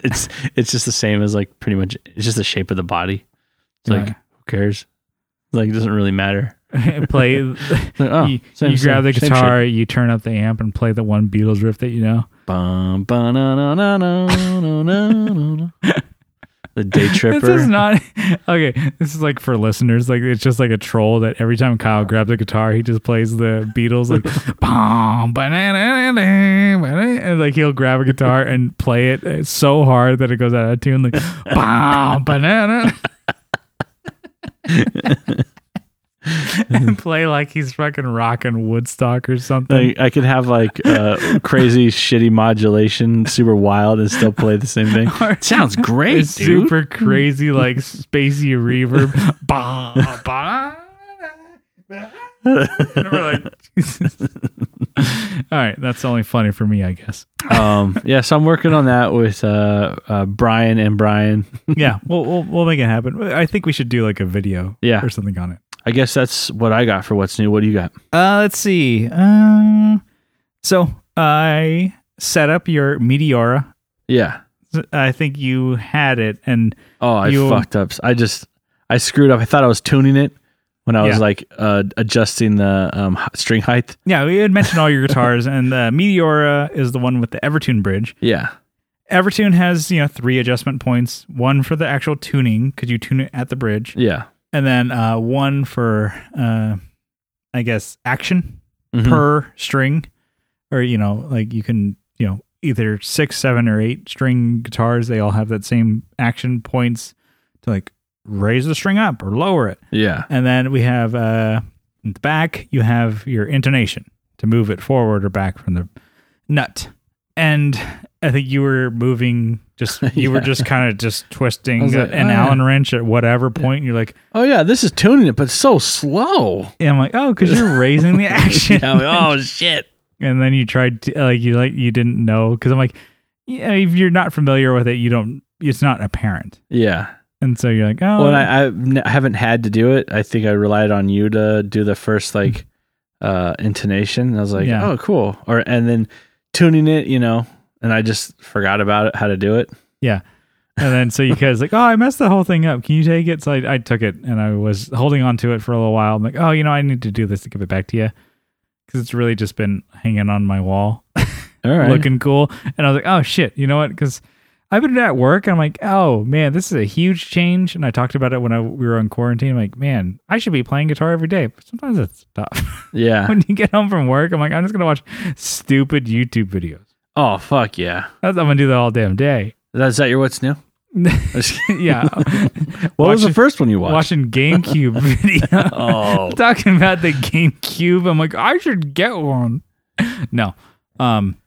S2: it's it's just the same as like pretty much. It's just the shape of the body. It's like
S1: Right.
S2: who cares? Like it doesn't really matter.
S1: Play.
S2: Like, oh,
S1: you,
S2: same-
S1: you grab the
S2: same- same
S1: guitar. You turn up the amp and play the one Beatles riff that you know.
S2: Bum, ba, na, na, na, na, na, na, na. The day tripper.
S1: This is not okay. This is like for listeners. Like it's just like a troll that every time Kyle grabs a guitar, he just plays the Beatles like bom banana banana," and like he'll grab a guitar and play it uh, so hard that it goes out of tune like bom banana and play like he's fucking rocking Woodstock or something.
S2: Like, I could have like uh, crazy shitty modulation, super wild, and still play the same thing.
S1: Or-
S2: Sounds great,
S1: It's super crazy, like spacey reverb. bah, bah. And we're like, Jesus. All right, that's only funny for me, I guess.
S2: um, yeah, so I'm working on that with uh, uh, Brian and Brian.
S1: Yeah, we'll, we'll we'll make it happen. I think we should do like a video,
S2: Yeah.
S1: or something on it.
S2: I guess that's what I got for what's new. What do you got?
S1: Uh, let's see. Uh, so I set up your Meteora.
S2: Yeah.
S1: I think you had it, and
S2: Oh, I
S1: You-
S2: fucked up. I just I screwed up. I thought I was tuning it when I was
S1: Yeah.
S2: like uh, adjusting the um, h- string height.
S1: yeah, we had mentioned all your guitars, and the Meteora is the one with the Evertune bridge.
S2: Yeah.
S1: Evertune has you know three adjustment points: one for the actual tuning, because you tune it at the bridge,
S2: Yeah.
S1: and then uh, one for, uh, I guess, action
S2: Mhm.
S1: per string, or you know, like you can you know either six, seven, or eight string guitars. They all have that same action points to like raise the string up or lower it,
S2: yeah.
S1: and then we have uh, in the back you have your intonation to move it forward or back from the nut. And I think you were moving just you were
S2: Yeah.
S1: just kind of just twisting
S2: I was like,
S1: an
S2: "Ah."
S1: Allen wrench at whatever point. And you're like,
S2: Oh yeah, this is tuning it, but so slow.
S1: and I'm like, oh, because you're raising the action.
S2: Yeah, I'm like, oh shit.
S1: And then you tried to like you like you didn't know because I'm like, yeah, if you're not familiar with it, you don't. It's not apparent.
S2: Yeah.
S1: And so you're like, oh,
S2: Well, and I, I've n- I haven't had to do it. I think I relied on you to do the first like uh intonation. And I was like,
S1: Yeah.
S2: oh, cool. Or and then tuning it, you know, and I just forgot about it, how to do it.
S1: And then so you guys like, oh, I messed the whole thing up. Can you take it? So I, I took it and I was holding on to it for a little while. I'm like, oh, you know, I need to do this to give it back to you because it's really just been hanging on my wall,
S2: All right.
S1: looking cool. And I was like, oh shit, you know what? Because I've been at work and I'm like, oh man, this is a huge change. And I talked about it when I, we were on quarantine. I'm like, man, I should be playing guitar every day. But sometimes it's tough.
S2: yeah.
S1: when you get home from work, I'm like, I'm just gonna watch stupid YouTube videos.
S2: Oh fuck yeah.
S1: That's, I'm gonna do that all damn day.
S2: That's that your what's new?
S1: yeah.
S2: What was
S1: Watching-
S2: the first one you watched?
S1: watching GameCube video.
S2: Oh.
S1: Talking about the GameCube, I'm like, I should get one. No. Um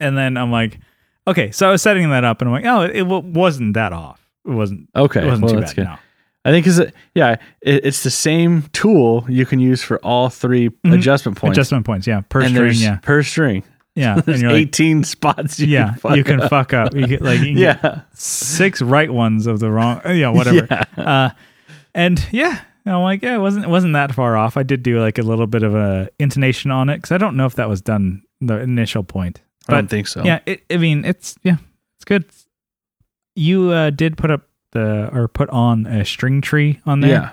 S1: and then I'm like, okay, so I was setting that up and I'm like, oh, it, it wa- wasn't that off. It wasn't
S2: Okay.
S1: it wasn't
S2: well,
S1: too
S2: that's
S1: bad.
S2: good.
S1: No.
S2: I think is it yeah, it, it's the same tool you can use for all 3 adjustment points.
S1: Adjustment points, yeah. Mm-hmm. Per
S2: and
S1: string,
S2: there's-
S1: yeah.
S2: Per string.
S1: Yeah. And
S2: There's
S1: you're like,
S2: 18 spots you
S1: yeah,
S2: can fuck
S1: you can
S2: up.
S1: fuck up. You get like you can get
S2: Yeah.
S1: six right ones of the wrong yeah, whatever.
S2: Yeah.
S1: Uh, and yeah, I'm like, yeah, it wasn't it wasn't that far off. I did do like a little bit of a intonation on it because I don't know if that was done the initial point.
S2: I don't
S1: But
S2: think so.
S1: yeah, it, I mean, it's yeah, it's good. You uh, did put up the or put on a string tree on there,
S2: Yeah.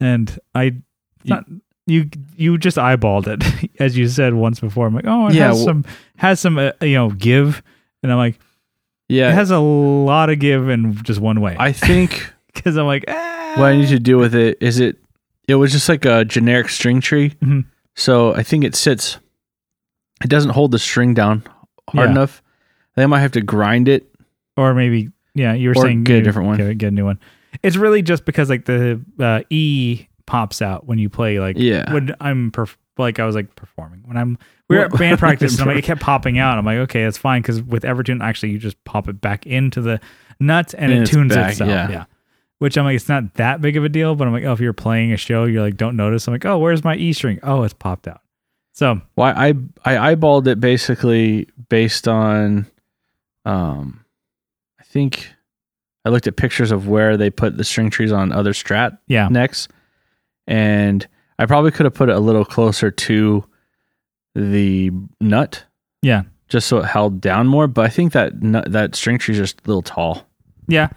S1: and I not. You you just eyeballed it as you said once before. I'm like, oh, it
S2: Yeah,
S1: has
S2: well-
S1: some has some uh, you know give, and I'm like,
S2: Yeah.
S1: it has a lot of give in just one way.
S2: I think
S1: Because I'm like, ah.
S2: what I need to do with it is it it was just like a generic string tree.
S1: Mhm.
S2: So I think it sits it doesn't hold the string down hard
S1: Yeah.
S2: enough. They might have to grind it.
S1: or maybe yeah you were
S2: Or
S1: saying
S2: get a
S1: you
S2: different one.
S1: get, a- get a new one it's really just because like the uh, e pops out when you play like
S2: Yeah.
S1: when i'm perf- like i was like performing when i'm we were at
S2: Well-
S1: band practice and I'm like, it kept popping out i'm like okay that's fine because with evertune actually you just pop it back into the nuts and,
S2: And
S1: it
S2: it's
S1: tunes
S2: back,
S1: itself
S2: yeah.
S1: Which I'm like, it's not that big of a deal, but I'm like, oh, if you're playing a show, you're like, don't notice. I'm like, oh, where's my E string? Oh, it's popped out. So
S2: Why I I eyeballed it basically based on um I think I looked at pictures of where they put the string trees on other strat
S1: yeah,
S2: necks and I probably could have put it a little closer to the nut
S1: yeah,
S2: just so it held down more, but I think that nut, that string tree's just a little tall.
S1: Yeah.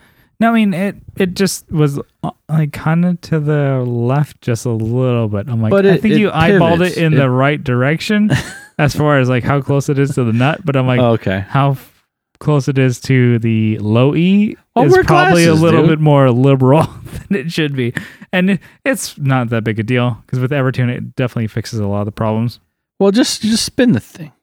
S1: No, I mean it. It just was uh, like kind of to the left, just a little bit. I'm like,
S2: But
S1: I
S2: it-
S1: think
S2: it
S1: you eyeballed
S2: pivots.
S1: it in
S2: It-
S1: the right direction, as far as like how close it is to the nut. But I'm like,
S2: Oh, okay.
S1: how f- close it is to the low E
S2: Oh,
S1: is
S2: we're
S1: probably a
S2: classes,
S1: little
S2: dude.
S1: bit more liberal than it should be. And it- it's not that big a deal because with Evertune, it definitely fixes a lot of the problems.
S2: Well, just just spin the thing.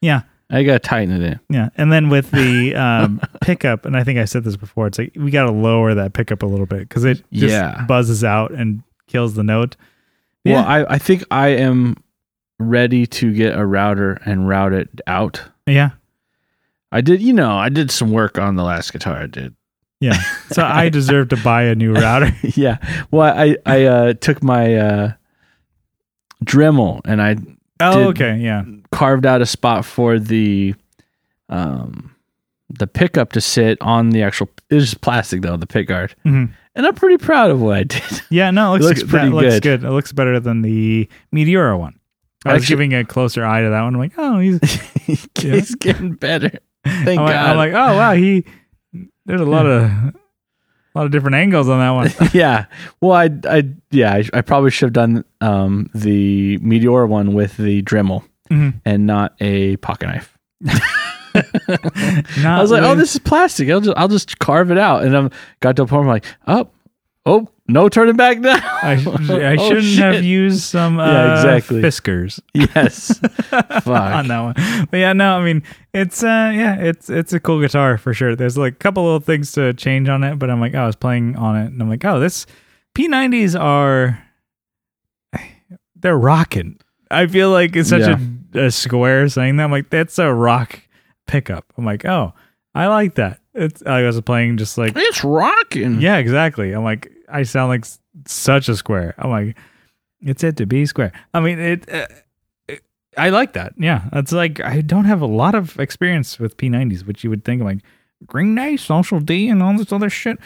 S1: Yeah.
S2: I gotta tighten it in.
S1: Yeah. And then with the um, pickup, and I think I said this before, it's like we got to lower that pickup a little bit because it just
S2: Yeah.
S1: buzzes out and kills the note.
S2: Well, I, I think I am ready to get a router and route it out.
S1: Yeah.
S2: I did, you know, I did some work on the last guitar I did.
S1: Yeah. So I deserve to buy a new router.
S2: yeah. Well, I I uh, took my uh, Dremel and I
S1: Oh,
S2: Did-
S1: okay. Yeah.
S2: carved out a spot for the um the pickup to sit on the actual. It's just plastic though, the pick guard,
S1: hmm
S2: and I'm pretty proud of what I did.
S1: Yeah, no, it looks,
S2: looks
S1: good.
S2: pretty
S1: that looks
S2: good.
S1: good. It looks better than the Meteora one. I was
S2: Actually-
S1: giving a closer eye to that one. I'm like, oh, he's. Yeah.
S2: it's getting better. Thank
S1: I'm like,
S2: God.
S1: I'm like, oh wow, he. There's a lot of, a lot of different angles on that one.
S2: yeah. Well, I, I, yeah, I, I probably should have done um, the meteor one with the Dremel
S1: Mhm.
S2: and not a pocket knife.
S1: Not
S2: I was like, oh,
S1: with-
S2: this is plastic. I'll just, I'll just carve it out. And I am got to a point where I'm like, oh, oh, no turning back now.
S1: I, sh- I
S2: Oh,
S1: shouldn't have
S2: shit.
S1: used some uh,
S2: Yeah, exactly.
S1: Fiskars
S2: yes.
S1: on
S2: Fuck.
S1: that one. But yeah, no, I mean, it's uh, yeah, it's it's a cool guitar for sure. There's like a couple little things to change on it, but I'm like, oh, I was playing on it, and I'm like, oh, this P90s are they're rocking. I feel like it's such
S2: Yeah.
S1: a, a square saying that. I'm like, that's a rock pickup. I'm like, oh, I like that. It's I was playing just like
S2: It's rocking.
S1: yeah, exactly. I'm like, I sound like s- such a square. I'm like, it's it to be square. I mean, it. Uh, it- I like that. Yeah, it's like I don't have a lot of experience with P90s, which you would think I'm like Green Day, Social D, and all this other shit,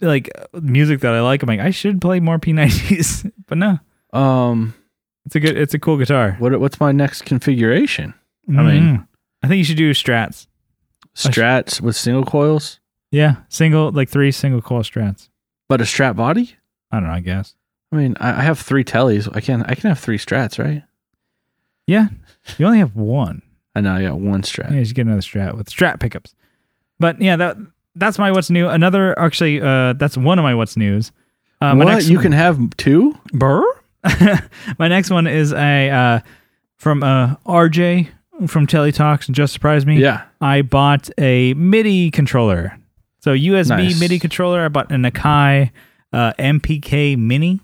S1: like uh, music that I like. I'm like, I should play more P90s, but no,
S2: Um,
S1: it's a good, it's a cool guitar.
S2: what, what's my next configuration?
S1: I
S2: mean-
S1: I think you should do strats.
S2: Strats with single coils,
S1: Yeah, single like three single coil strats.
S2: but a strat body.
S1: I don't know. I guess.
S2: I mean, I, I have three tellies. I can, I can have three strats, right?
S1: Yeah, you only have one.
S2: I know I got one strat.
S1: Yeah, you should get another strat with strat pickups. But yeah, that that's my what's new. Another actually, uh, that's one of my what's news. Uh, my
S2: what?
S1: next
S2: you can have two?
S1: Brr. my next one is a uh, from uh, RJ from Teletalks. Just surprised me.
S2: Yeah.
S1: I bought a MIDI controller. So USB
S2: Nice.
S1: MIDI controller. I bought an Akai uh, MPK Mini,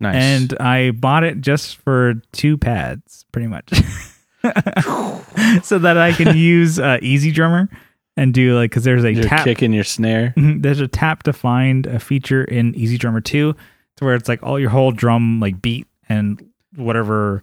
S2: Nice.
S1: and I bought it just for two pads, pretty much. so that I can use uh, Easy Drummer and do like because there's a
S2: your
S1: tap
S2: kick and your snare.
S1: Mhm, there's a tap to find a feature in Easy Drummer two to where it's like all your whole drum like beat and whatever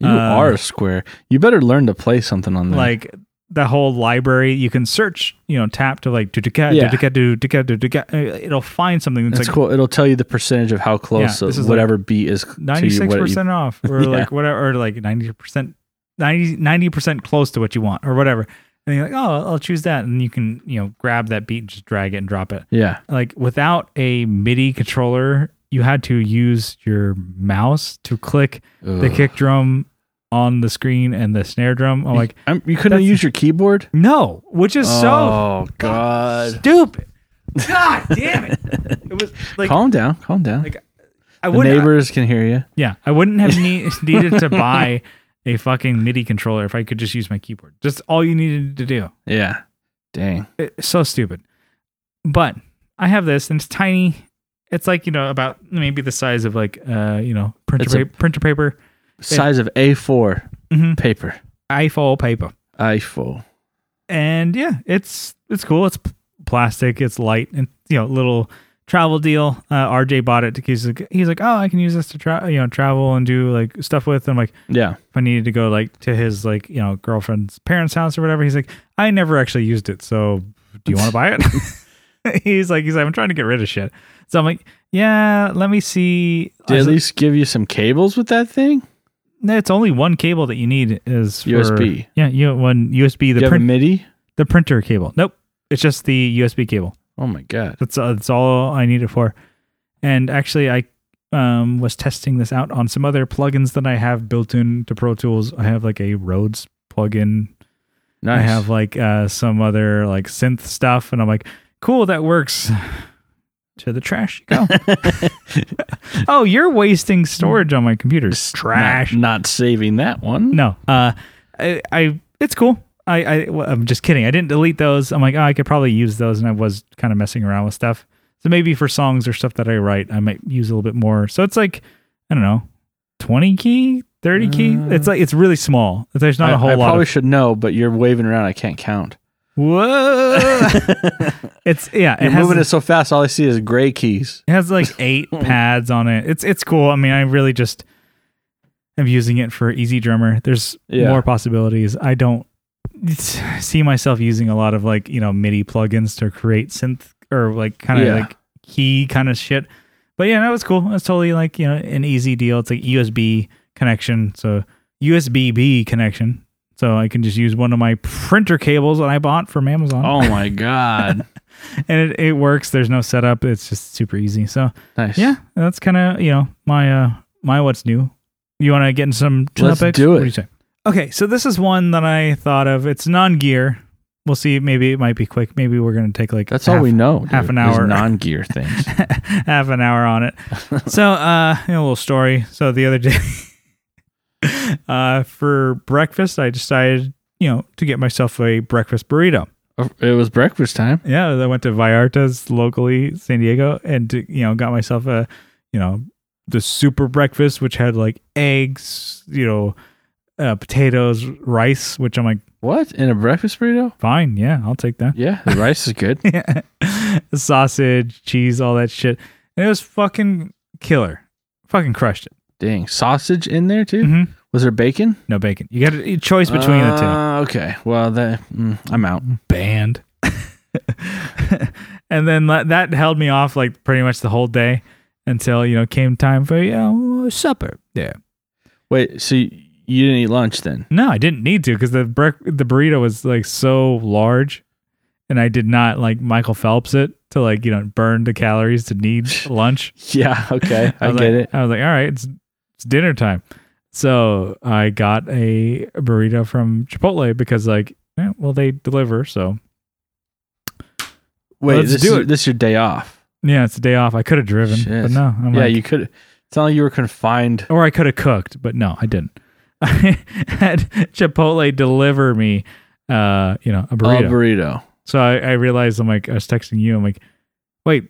S2: You
S1: Uh,
S2: are a square. You better learn to play something on that.
S1: like the whole library you can search you know tap to like do do do
S2: Yeah.
S1: do do do do it'll find something that's
S2: that's
S1: like
S2: cool. It'll tell you the percentage of how close
S1: Yeah, this
S2: uh,
S1: is
S2: whatever beat is
S1: ninety six
S2: to you, what
S1: percent off or
S2: Yeah.
S1: like whatever or like ninety percent 90 percent close to what you want or whatever and you're like oh I'll choose that and you can you know grab that beat and just drag it and drop it
S2: you- yeah,
S1: like without a MIDI controller, you had to use your mouse to click the
S2: Ugh.
S1: kick drum on the screen and the snare drum. I'm like,
S2: I'm, you couldn't
S1: That's-
S2: use your keyboard.
S1: no, which is
S2: oh
S1: so
S2: God!
S1: stupid. God damn it! It was like
S2: calm down, calm down.
S1: Like, I
S2: the
S1: wouldn't.
S2: neighbors can hear you.
S1: yeah, I wouldn't have need, needed to buy a fucking MIDI controller if I could just use my keyboard. Just all you needed to do.
S2: Yeah. Dang.
S1: It's so stupid. But I have this, and it's tiny. It's like you know about maybe the size of like uh you know printer
S2: It's a-
S1: paper, printer paper,
S2: Size of A4
S1: Mhm.
S2: paper.
S1: iPhone paper,
S2: A4.
S1: and yeah, it's it's cool. It's p- plastic. It's light, and you know little travel deal. Uh, RJ bought it because he's like, he's like, oh, I can use this to travel, you know, travel and do like stuff with. I'm like,
S2: Yeah.
S1: if I needed to go like to his like you know girlfriend's parents' house or whatever. He's like, I never actually used it, so do you want to buy it? he's like, he's like, I'm trying to get rid of shit. So I'm like, yeah, let me see. I
S2: Did
S1: was
S2: at
S1: like,
S2: least give you some cables with that thing?
S1: no, it's only one cable that you need is for,
S2: USB.
S1: Yeah, you one USB
S2: you
S1: the
S2: have a
S1: print,
S2: MIDI?
S1: the printer cable. Nope, it's just the USB cable.
S2: Oh my God.
S1: That's uh, that's all I need it for. And actually, I um, was testing this out on some other plugins that I have built into Pro Tools. I have like a Rhodes plugin
S2: Nice.
S1: I have like uh, some other like synth stuff, and I'm like, cool, that works. To the trash you go. oh, you're wasting storage on my computer.
S2: It's
S1: Trash.
S2: Not, not saving that one.
S1: No. Uh, I, I it's cool. I, I am just kidding. I didn't delete those. I'm like, oh, I could probably use those, and I was kind of messing around with stuff. So maybe for songs or stuff that I write, I might use a little bit more. So it's like, I don't know, twenty key, thirty key.
S2: Uh,
S1: It's like it's really small. There's not
S2: I,
S1: a whole
S2: I
S1: lot.
S2: probably
S1: of,
S2: should know, but you're waving around. I can't count.
S1: whoa! it's yeah.
S2: You're
S1: it has,
S2: moving it so fast. All I see is gray keys.
S1: It has like eight pads on it. It's it's cool. I mean, I really just am using it for Easy Drummer. There's
S2: Yeah.
S1: more possibilities. I don't see myself using a lot of like you know MIDI plugins to create synth or like kind of
S2: Yeah.
S1: like key kind of shit. But yeah, that was cool. It's totally like you know an easy deal. It's like USB connection, so USB B connection. So I can just use one of my printer cables that I bought from Amazon,
S2: Oh my god!
S1: and it, it works. There's no setup. It's just super easy. So
S2: Nice.
S1: yeah, that's kind of you know my uh my what's new. You want to get in some
S2: Let's
S1: topics?
S2: do
S1: What
S2: it.
S1: you say? Okay, so this is one that I thought of. It's non-gear. We'll see. Maybe it might be quick. Maybe we're gonna take like
S2: That's
S1: half,
S2: all we know.
S1: half
S2: dude,
S1: an
S2: is
S1: hour.
S2: non-gear things.
S1: half an hour on it. so uh, you know, a little story. So the other day, uh, for breakfast, I decided you know to get myself a breakfast burrito.
S2: Oh, it was breakfast time.
S1: Yeah, I went to Vallarta's locally, San Diego, and you know got myself a you know the super breakfast, which had like eggs, you know, uh, potatoes, rice. Which I'm like,
S2: What in a breakfast burrito?
S1: fine, yeah, I'll take that.
S2: Yeah, the rice is good.
S1: Sausage, cheese, all that shit, and it was fucking killer. Fucking crushed it.
S2: Dang, sausage in there too.
S1: Mhm.
S2: Was there bacon?
S1: No bacon. You got a choice between the two.
S2: Uh, Okay. Well, that mm, I'm out.
S1: banned. and then la- that held me off like pretty much the whole day until you know came time for you know supper. Yeah.
S2: Wait. So you didn't eat lunch then?
S1: No, I didn't need to because the bur- the burrito was like so large, and I did not like Michael Phelps it to like you know burn the calories to need lunch.
S2: Yeah. Okay. I,
S1: was
S2: get
S1: like,
S2: it.
S1: I was like, all right, it's it's dinner time. So I got a burrito from Chipotle because like, eh, well, they deliver. So
S2: Wait.
S1: let's
S2: this
S1: do
S2: is,
S1: it.
S2: This is your day off.
S1: yeah, it's a day off. I could have driven,
S2: Shit.
S1: but no. I'm
S2: yeah.
S1: like,
S2: you could. It's not like you were confined.
S1: or I could have cooked, but no, I didn't. I had Chipotle deliver me, uh, you know, a burrito.
S2: A burrito.
S1: so I, I realized I'm like, I was texting you. I'm like, wait,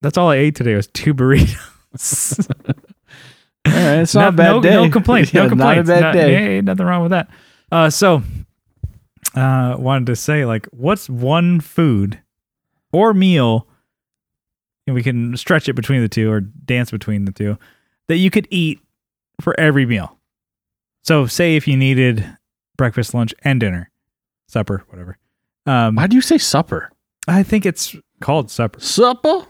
S1: that's all I ate today was two burritos.
S2: All right, it's not, a bad
S1: no,
S2: day.
S1: No complaints.
S2: Yeah,
S1: no complaints.
S2: Not a bad day.
S1: yeah, ain't nothing wrong with that. Uh, so, uh, wanted to say like, what's one food or meal, and we can stretch it between the two or dance between the two, that you could eat for every meal. So, say if you needed breakfast, lunch, and dinner, supper, whatever. Um,
S2: Why do you say supper?
S1: I think it's called supper.
S2: Supper?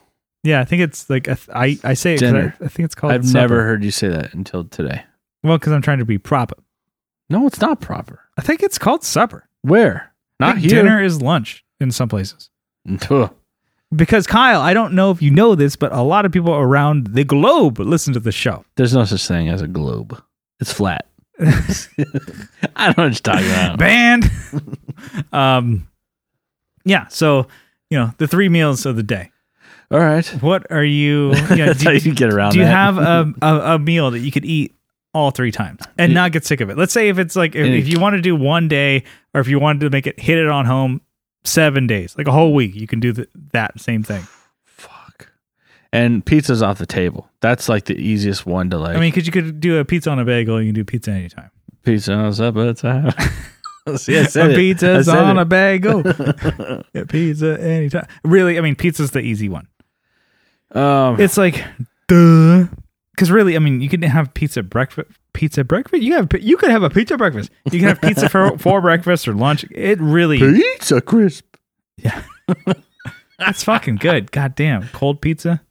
S1: Yeah, I think it's like a th- I I say it 'cause
S2: Dinner.
S1: I, I think Oh, it's called.
S2: I've
S1: supper.
S2: never heard you say that until today.
S1: well because I'm trying to be proper.
S2: No, it's not proper.
S1: I think it's called supper.
S2: Where?
S1: I
S2: Not
S1: think
S2: here.
S1: Dinner is lunch in some places.
S2: Dinner.
S1: Because Kyle, I don't know if you know this, but a lot of people around the globe listen to the show.
S2: There's no such thing as a globe. It's flat. I don't know what you're talking about.
S1: Band. um, yeah. So you know the three meals of the day.
S2: All right.
S1: What are you? You, know,
S2: That's how
S1: do,
S2: you get around
S1: do you
S2: that.
S1: have a, a a meal that you could eat all three times and not get sick of it? Let's say if it's like if,
S2: Any-
S1: if you want to do one day, or if you wanted to make it hit it on home, seven days, like a whole week, you can do th- that same thing.
S2: Fuck. And pizza's off the table. That's like the easiest one to like.
S1: I mean, because you could do a pizza on a bagel, you can do pizza anytime.
S2: pizza on up at a time. See, I
S1: A
S2: said it.
S1: pizza's
S2: I said
S1: on
S2: it.
S1: a bagel. Yeah, pizza anytime. Really, I mean, pizza's the easy one.
S2: Um,
S1: It's like, duh. Because really, I mean, you can have pizza breakfast. Pizza breakfast. You have. You could have a pizza breakfast. You can have pizza for for breakfast or lunch. It really.
S2: pizza crisp.
S1: That's fucking good. God damn, cold pizza.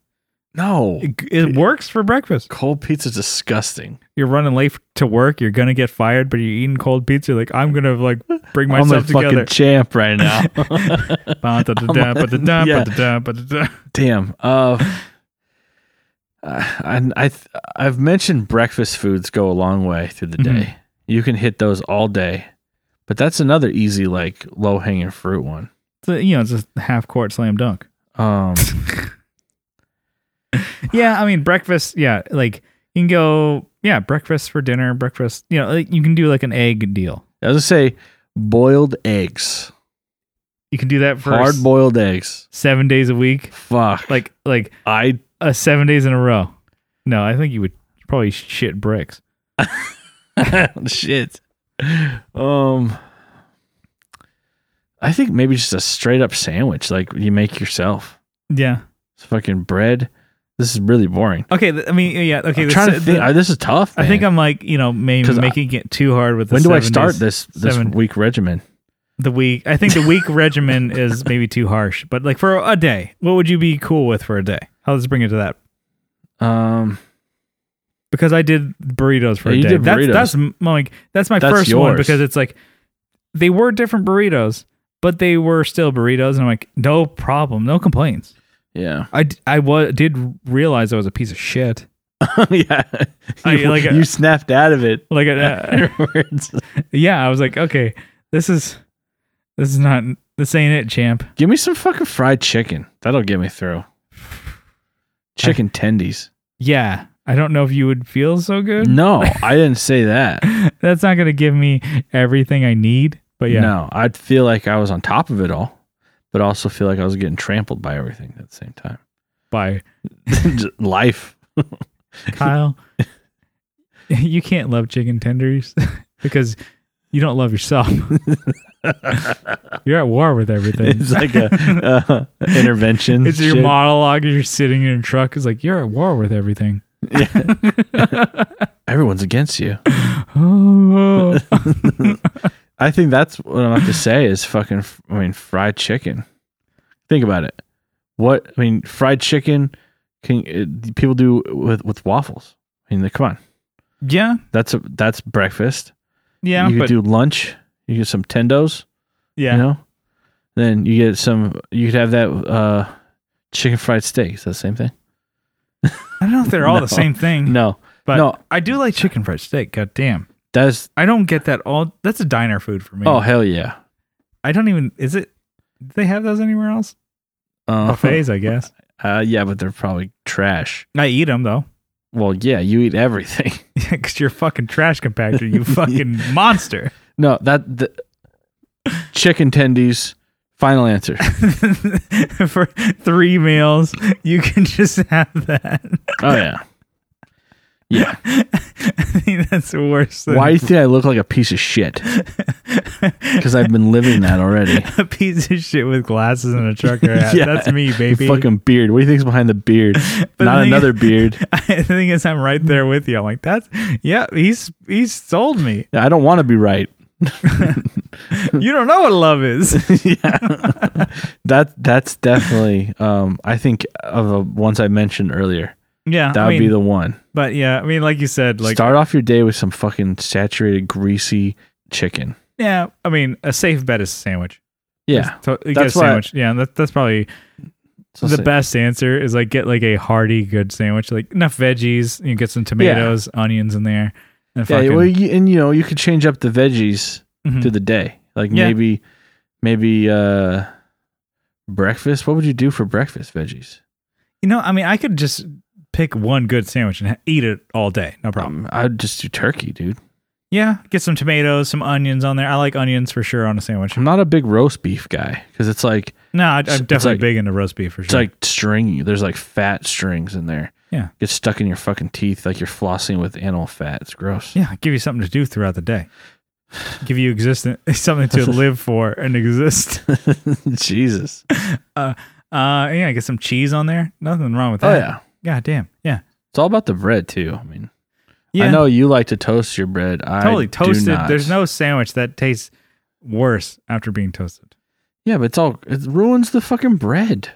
S2: No.
S1: It, it works for breakfast.
S2: Cold pizza's disgusting.
S1: You're running late to work. You're gonna get fired, but you're eating cold pizza. Like I'm gonna like bring
S2: I'm a
S1: myself
S2: fucking
S1: together.
S2: champ right now.
S1: Ba-da-da-da, ba-da-da,
S2: Yeah.
S1: ba-da-da, ba-da-da.
S2: Damn. Uh, I, I th- I've mentioned breakfast foods go a long way through the
S1: Mhm.
S2: day. You can hit those all day, But that's another easy, like low hanging fruit one.
S1: It's a, you know, it's a half court slam dunk.
S2: Um,
S1: Yeah, I mean breakfast. Yeah, like you can go. Yeah, breakfast for dinner. Breakfast. You know, like, you can do like an egg deal.
S2: I was gonna say boiled eggs,
S1: You can do that for
S2: hard boiled eggs.
S1: seven days a week.
S2: Fuck,
S1: Like like
S2: I
S1: uh, seven days in a row. No, I think you would probably shit bricks.
S2: shit. Um, I think maybe just a straight up sandwich, like you make yourself.
S1: Yeah.
S2: It's fucking bread. This is really boring.
S1: Okay. th- I mean, yeah. Okay.
S2: I'm
S1: the
S2: trying to
S1: se-
S2: think.
S1: the-
S2: I- this is tough.
S1: I think
S2: man.
S1: I'm like you know maybe
S2: 'Cause I-
S1: making it too hard with. The
S2: When do I
S1: seven
S2: start
S1: days,
S2: this this
S1: seven-
S2: week regimen?
S1: The week. I think the week regimen is maybe too harsh, but like for a day, what would you be cool with for a day? How let's bring it to that
S2: Um,
S1: because I did burritos for
S2: Yeah, you
S1: a day.
S2: did burritos.
S1: That's, that's m- like that's my
S2: That's
S1: first one
S2: yours.
S1: because it's like they were different burritos, but they were still burritos, and I'm like, no problem, no complaints.
S2: yeah,
S1: I d- I wa- did realize I was a piece of shit.
S2: yeah.
S1: I-
S2: you,
S1: like uh, a-
S2: you snapped out of it
S1: Like, uh,
S2: afterwards.
S1: yeah, I was like, okay, this is this is not this ain't it, champ.
S2: Give me some fucking fried chicken. That'll get me through. Chicken tendies.
S1: Yeah, I don't know if you would feel so good.
S2: No, I didn't say that.
S1: That's not gonna give me everything I need, but yeah,
S2: No, I'd feel like I was on top of it all, but also feel like I was getting trampled by everything at the same time.
S1: bye,
S2: Just Life.
S1: Kyle. you can't love chicken tenders because you don't love yourself. You're at war with everything.
S2: It's like a uh, intervention.
S1: It's your
S2: shit.
S1: monologue. You're sitting in a truck. It's like you're at war with everything.
S2: Everyone's against you.
S1: Oh,
S2: I think that's what I'm about to say is fucking, I mean, fried chicken. Think about it. What, I mean, fried chicken can it, people do with, with waffles. I mean, come on.
S1: yeah,
S2: That's a, that's breakfast.
S1: yeah,
S2: you
S1: but
S2: could do lunch. You get some tendos.
S1: yeah,
S2: You know, then you get some. You could have that uh, chicken fried steak. Is that the same thing?
S1: I don't know if they're all
S2: No.
S1: the same thing.
S2: No,
S1: but
S2: no.
S1: I do like chicken fried steak. God damn,
S2: that's
S1: I don't get that all. That's a diner food for me.
S2: oh hell yeah.
S1: I don't even. Is it? Do they have those anywhere else?
S2: Uh,
S1: Buffets, I guess.
S2: Uh, yeah, but they're probably trash.
S1: I eat them though,
S2: Well, yeah, you eat everything.
S1: because you're a fucking trash compactor. You fucking monster.
S2: No, that the chicken tendies. Final answer.
S1: for three meals, you can just have that.
S2: Oh yeah. Yeah.
S1: I think that's worse than
S2: Why do you think I look like a piece of shit? Because I've been living that already.
S1: a piece of shit with glasses and a trucker hat.
S2: Yeah.
S1: That's me, baby.
S2: Fucking beard. What do you think's behind the beard?
S1: But the
S2: Not
S1: thing-
S2: another beard.
S1: I think is I'm right there with you. I'm like, that's yeah, he's he's sold me.
S2: I don't want to be right.
S1: You don't know what love is.
S2: yeah. that that's definitely um I think of the ones I mentioned earlier.
S1: yeah.
S2: That
S1: I
S2: would be
S1: mean,
S2: the one.
S1: but yeah, I mean, like you said, like
S2: Start off your day with some fucking saturated greasy chicken.
S1: yeah, I mean, a safe bet is a sandwich.
S2: Yeah.
S1: So you get a
S2: That's why-
S1: sandwich. yeah, that, that's probably
S2: So
S1: the
S2: say-
S1: best answer is like get like a hearty good sandwich, like enough veggies, you get some tomatoes, onions in there. And
S2: Yeah,
S1: fucking,
S2: well you, and you know, you could change up the veggies
S1: mhm.
S2: to the day. Like
S1: Yeah.
S2: maybe maybe uh breakfast. What would you do for breakfast veggies?
S1: you know, I mean, I could just pick one good sandwich and ha- eat it all day, no problem.
S2: Um, I'd just do turkey, dude.
S1: Yeah, get some tomatoes, some onions on there. I like onions for sure on a sandwich.
S2: I'm not a big roast beef guy because it's like
S1: No, I, I'm
S2: It's- it's
S1: definitely
S2: like-
S1: big into roast beef for
S2: It's
S1: sure.
S2: like stringy. There's like fat strings in there.
S1: Yeah.
S2: Gets stuck in your fucking teeth like you're flossing with animal fat. It's gross.
S1: yeah, give you something to do throughout the day. Give you existent something to live for and exist.
S2: Jesus.
S1: Uh, yeah, get some cheese on there. Nothing wrong with
S2: Oh
S1: that.
S2: yeah.
S1: God damn. Yeah.
S2: It's all about the bread too. I mean,
S1: Yeah.
S2: I know you like to toast your bread. I
S1: totally
S2: do
S1: toasted.
S2: not.
S1: There's no sandwich that tastes worse after being toasted.
S2: Yeah, but it's all it ruins the fucking bread.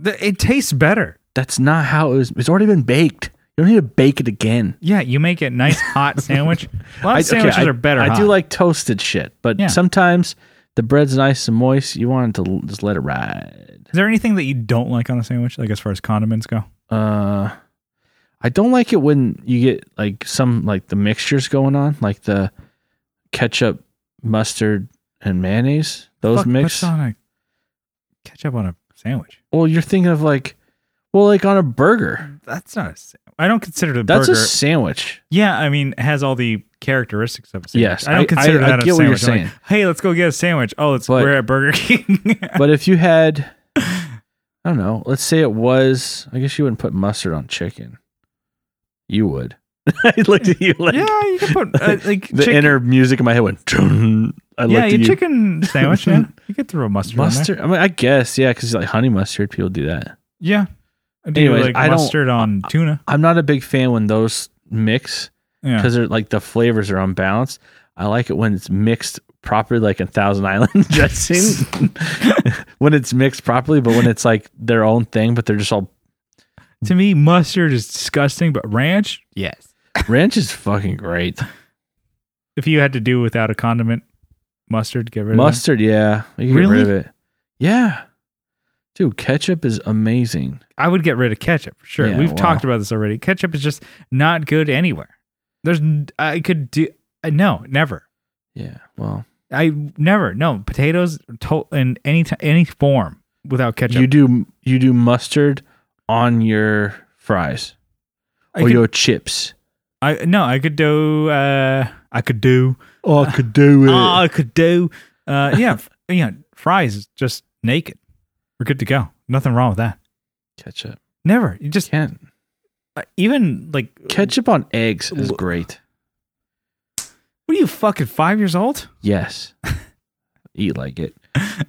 S1: The- It tastes better.
S2: That's not how it was. It's already been baked. You don't need to bake it again.
S1: Yeah, you make a nice hot sandwich. A lot of
S2: I- okay,
S1: sandwiches
S2: I-
S1: are better.
S2: I do
S1: hot.
S2: like toasted shit, but
S1: Yeah.
S2: sometimes the bread's nice and moist. You want it to l- just let it ride.
S1: Is there anything that you don't like on a sandwich, like as far as condiments go?
S2: Uh, I don't like it when you get like some like the mixtures going on, like the ketchup mustard and mayonnaise. Those
S1: Fuck,
S2: mix.
S1: puts on a ketchup on a sandwich.
S2: Well, you're thinking of like, well, like on a burger.
S1: That's not. A, sa- I don't consider the
S2: That's
S1: burger.
S2: a sandwich.
S1: yeah, I mean, it has all the characteristics of a sandwich.
S2: Yes,
S1: I don't
S2: I-
S1: consider
S2: I- I
S1: that a
S2: get what you're
S1: sandwich. I'm like,
S2: saying.
S1: hey, let's go get a sandwich. Oh, it's
S2: But-
S1: we're at Burger King.
S2: But if you had, I don't know. Let's say it was. I guess you wouldn't put mustard on chicken. You would. I looked at you like
S1: yeah, you can put uh, like
S2: the
S1: chicken-
S2: inner music in my head went. "Dun." I
S1: yeah,
S2: looked
S1: your
S2: at you.
S1: chicken sandwich. yeah, you could throw mustard. on there.
S2: Mustard. I mean, I guess yeah, because like honey mustard, people do that.
S1: Yeah. I do
S2: Anyways,
S1: like
S2: I don't-
S1: mustard on tuna.
S2: I'm not a big fan when those mix
S1: Yeah.
S2: because they're like the flavors are unbalanced. I like it when it's mixed properly, like in Thousand Island dressing. when it's mixed properly, but when it's like their own thing, but they're just all
S1: To me, mustard is disgusting, but ranch, yes.
S2: ranch is fucking great.
S1: If you had to do without a condiment, mustard, get rid
S2: Mustard, yeah, you can
S1: Really?
S2: get rid of it. Yeah, dude, ketchup is amazing.
S1: of that. I would get rid of ketchup for sure.
S2: Yeah,
S1: We've
S2: wow.
S1: talked about this already. Ketchup is just not good anywhere. There's, n- I could do, I- no, never.
S2: Yeah, well,
S1: I never, no. Potatoes to, in any, t- any form without ketchup.
S2: you do you do mustard on your fries
S1: I
S2: or
S1: could-
S2: your chips.
S1: I, no, I could do, uh, I could do,
S2: Oh, I could do
S1: oh, I could do. Uh, yeah, f- yeah. Fries is just naked. We're good to go. Nothing wrong with that.
S2: ketchup.
S1: Never. You just
S2: Can't
S1: uh, even like.
S2: ketchup on eggs is
S1: Wh-
S2: great.
S1: What are you fucking five years old?
S2: Yes. Eat like it.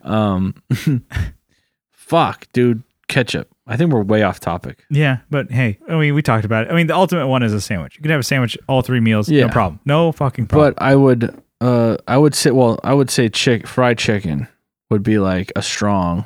S2: Um fuck, dude, ketchup. I think we're way off topic.
S1: Yeah, but hey, I mean, we talked about it. I mean, the ultimate one is a sandwich. You can have a sandwich all three meals.
S2: Yeah.
S1: No problem. No fucking problem.
S2: But I would uh I would say well, I would say chick fried chicken would be like a strong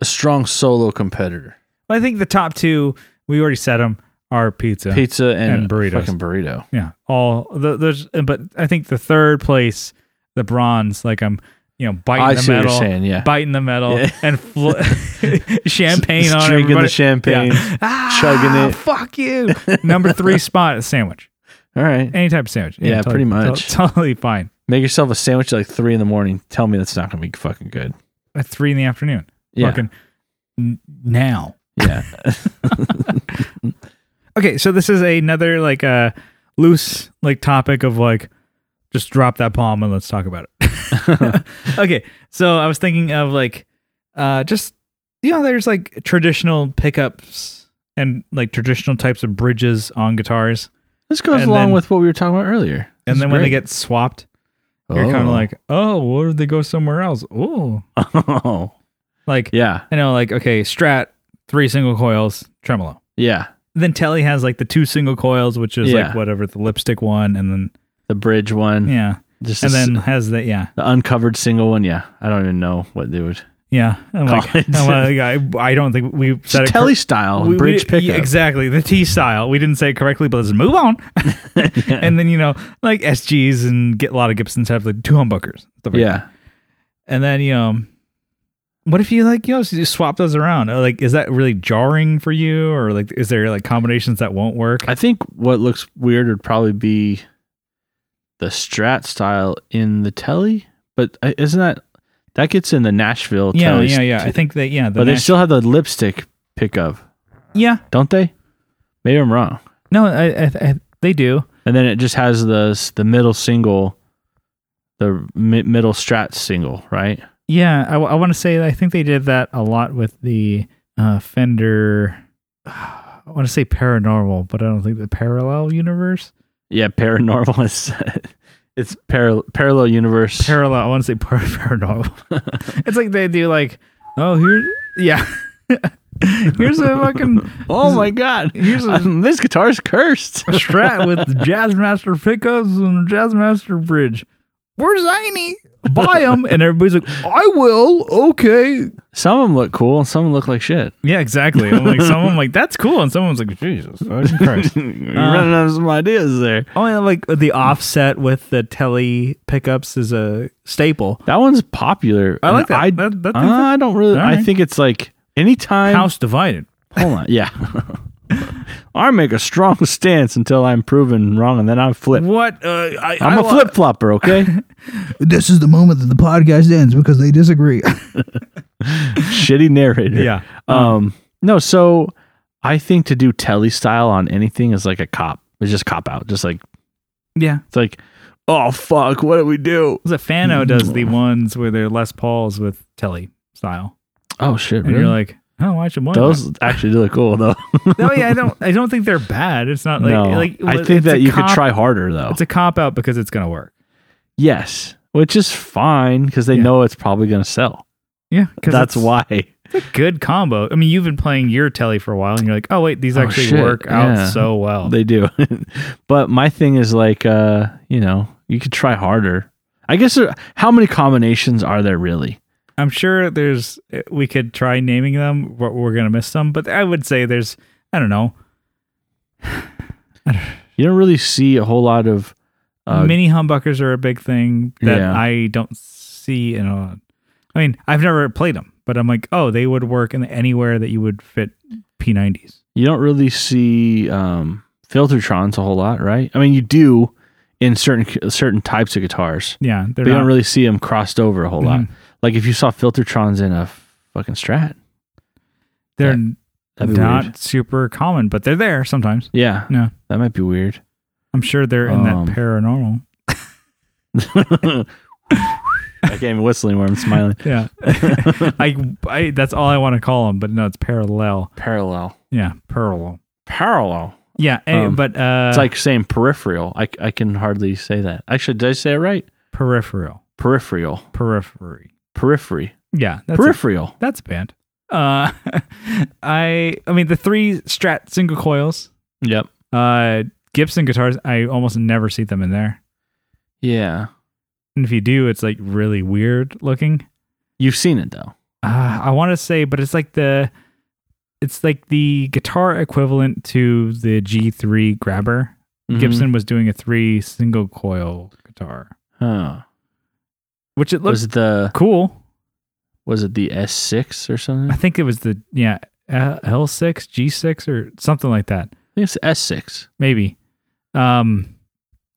S2: a strong solo competitor.
S1: I think the top two we already said them are pizza.
S2: Pizza and,
S1: And burritos.
S2: fucking burrito.
S1: Yeah, all the, there's. But I think the third place, the bronze. Like I'm, you know, biting
S2: I
S1: the
S2: see what
S1: metal.
S2: you're saying, yeah.
S1: biting the metal
S2: Yeah.
S1: and fl- champagne
S2: Just
S1: on
S2: drinking
S1: everybody.
S2: the champagne,
S1: Yeah. Ah,
S2: chugging it.
S1: Fuck you. Number three spot is sandwich.
S2: All right.
S1: Any type of sandwich.
S2: Yeah, pretty much.
S1: to- totally fine.
S2: Make yourself a sandwich at like three in the morning. Tell me that's not gonna be fucking good.
S1: At three in the afternoon.
S2: Yeah.
S1: Fucking n- now.
S2: Yeah.
S1: Okay, so this is another like uh, loose like topic of like just drop that palm and let's talk about it. okay, so I was thinking of like uh just you know there's like traditional pickups and like traditional types of bridges on guitars
S2: This goes
S1: And
S2: along
S1: then-
S2: with what we were talking about earlier.
S1: and
S2: This
S1: then
S2: is
S1: when they
S2: great.
S1: get swapped you're kind of like oh what if they go somewhere else oh
S2: oh,
S1: like
S2: yeah,
S1: you know like okay strat three single coils tremolo
S2: yeah.
S1: then telly has like the two single coils which is
S2: Yeah. Hmm.
S1: like whatever the lipstick one and then
S2: The bridge one,
S1: yeah
S2: just
S1: and
S2: the s-
S1: then has the yeah
S2: the uncovered single one. Yeah, I don't even know what they would.
S1: yeah I'm like,
S2: Collins.
S1: I'm like, I, I don't think we said it
S2: Just
S1: cor-
S2: Telly style
S1: we- we-
S2: bridge pickup.
S1: yeah, exactly the T style we didn't say it correctly but let's move on and then you know like SGs and get a lot of Gibsons have like two humbuckers stuff like
S2: yeah,
S1: And then you know, what if you like you know you swap those around? Uh, Like, is that really jarring for you, or like is there like combinations that won't work?
S2: I think what looks weird would probably be the Strat style in the Telly, but I- isn't that that gets in the Nashville?
S1: yeah,
S2: Telly
S1: yeah,
S2: st-
S1: yeah. I think that yeah, the
S2: but they
S1: Nash-
S2: still have the lipstick pickup,
S1: yeah.
S2: don't they? Maybe I'm wrong.
S1: No, I, I, I, they do.
S2: and then it just has the the middle single, the mi- middle strat single, right?
S1: Yeah, I, w- I want to say that I think they did that a lot with the uh, Fender. I want to say paranormal, but I don't think the parallel universe.
S2: Yeah, paranormal is it's par- parallel universe.
S1: Parallel. I want to say par- paranormal. it's like they do like, oh here, yeah. Here's a fucking
S2: oh my god,
S1: Here's a-
S2: Um, this guitar's cursed.
S1: a strat with Jazzmaster pickups and a Jazzmaster bridge. We're zany. Buy them. And everybody's like, I will. Okay.
S2: Some of them look cool, and some of them look like shit.
S1: Yeah, exactly. I'm like, someone like, that's cool. And someone's like, Jesus fucking Christ.
S2: You're running out of some ideas there.
S1: oh, yeah, like the offset with the telly pickups is a staple.
S2: That one's popular.
S1: I like that.
S2: I, uh,
S1: That- that-
S2: I don't really.
S1: All right.
S2: I think it's like anytime.
S1: House divided.
S2: Hold on. Yeah. I make a strong stance until I'm proven wrong, and then I flip.
S1: What? Uh, I,
S2: I'm
S1: I
S2: a
S1: wa-
S2: flip flopper, okay?
S3: This is the moment that the podcast ends because they disagree.
S2: Shitty narrator.
S1: Yeah. Uh-huh.
S2: Um. No. So I think to do telly style on anything is like a cop. It's just cop out. Just like
S1: Yeah.
S2: it's like, oh fuck, what do we do?
S1: Because Fano does
S3: Mm.
S1: the ones where they're Les Pauls with Telly style,
S2: Oh shit,
S1: and
S2: really?
S1: you're like, oh, I should want
S2: Those actually do look cool though.
S1: that. No, yeah, I don't. I don't think they're bad. It's not like
S2: no,
S1: like
S2: I
S1: it's
S2: think
S1: a
S2: that you
S1: cop-
S2: could try harder though.
S1: It's a cop out because it's gonna work.
S2: yes, which is fine because they
S1: Yeah.
S2: know it's probably gonna sell.
S1: Yeah, it's-
S2: That's why.
S1: It's a good combo. I mean, you've been playing your telly for a while, and you're like, oh wait, these
S2: Oh,
S1: actually
S2: shit,
S1: work out
S2: yeah.
S1: so well.
S2: They do. but my thing is like uh, you know, you could try harder. I guess there, how many combinations are there really?
S1: I'm sure there's. eh, We could try naming them. But we're gonna miss some, but I would say there's. I don't know.
S2: You don't really see a whole lot of uh,
S1: Mini humbuckers are a big thing that
S2: Yeah.
S1: I don't see in a. I mean, I've never played them, but I'm like, oh, they would work in anywhere that you would fit P90s.
S2: you don't really see um filtertrons a whole lot, right? I mean, you do in certain certain types of guitars,
S1: Yeah, they're
S2: but you
S1: not-
S2: don't really see them crossed over a whole lot.
S1: Mhm.
S2: Like if you saw filtertrons in a fucking Strat,
S1: They're
S2: that'd be
S1: not
S2: weird.
S1: super common, but they're there sometimes.
S2: Yeah,
S1: No.
S2: that might be weird.
S1: I'm sure they're in
S2: Um,
S1: that paranormal.
S2: I can't even whistle anymore. I'm smiling.
S1: Yeah, I, I that's all I want to call them, but no, it's parallel.
S2: Parallel,
S1: Yeah, parallel.
S2: parallel.
S1: Yeah, eh,
S2: Um,
S1: but uh,
S2: It's like saying peripheral. I, I can hardly say that. Actually, did I say it right?
S1: peripheral,
S2: Peripheral,
S1: periphery.
S2: periphery,
S1: Yeah, that's a-
S2: peripheral.
S1: That's a band. Uh, I I mean the three Strat single coils,
S2: Yep.
S1: uh, Gibson guitars. I almost never see them in there,
S2: Yeah.
S1: and if you do, it's like really weird looking.
S2: You've seen it though.
S1: Uh, I want to say, but it's like the, it's like the guitar equivalent to the G3 grabber.
S2: Mhm.
S1: Gibson was doing a three single coil guitar,
S2: Mm-hmm. Huh.
S1: which it looks
S2: Was it the
S1: cool.
S2: was it the S six or something?
S1: I
S2: I
S1: think it was the yeah L six G six or something like that,
S2: think it's S six
S1: maybe. Um,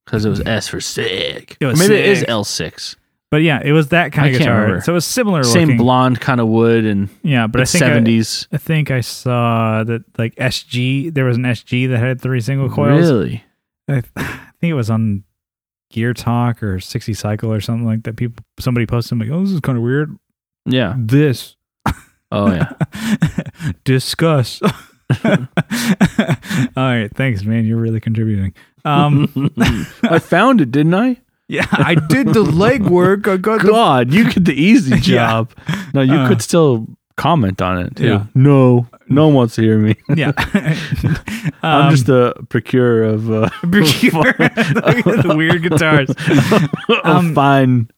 S2: because it was S for sick.
S1: It was
S2: Maybe it is
S1: sick.
S2: L six.
S1: But yeah, it was that kind
S2: I
S1: of
S2: can't
S1: guitar.
S2: remember.
S1: So it was similar
S2: Same
S1: looking.
S2: blonde kind of wood and
S1: Yeah, but I think I,
S2: seventies.
S1: I think I saw that like SG. There was an SG that had three single coils.
S2: Really?
S1: I, th- I think it was on Gear Talk or 60 Cycle or something like that. People somebody posted like, "Oh, this is kind of weird."
S2: Yeah.
S1: This
S2: Oh yeah.
S1: discuss. All right, thanks, man. You're really contributing. Um,
S2: I found it, didn't I?
S1: yeah, I did the legwork. I got the
S2: God, you get the easy job. No, you
S1: Uh.
S2: could still comment on it too.
S1: Yeah.
S2: No, no one wants to hear me.
S1: yeah.
S2: I'm
S1: Um,
S2: just a procurer of, uh,
S1: Procure the Um, weird guitars.
S2: of
S1: Um,
S2: fine.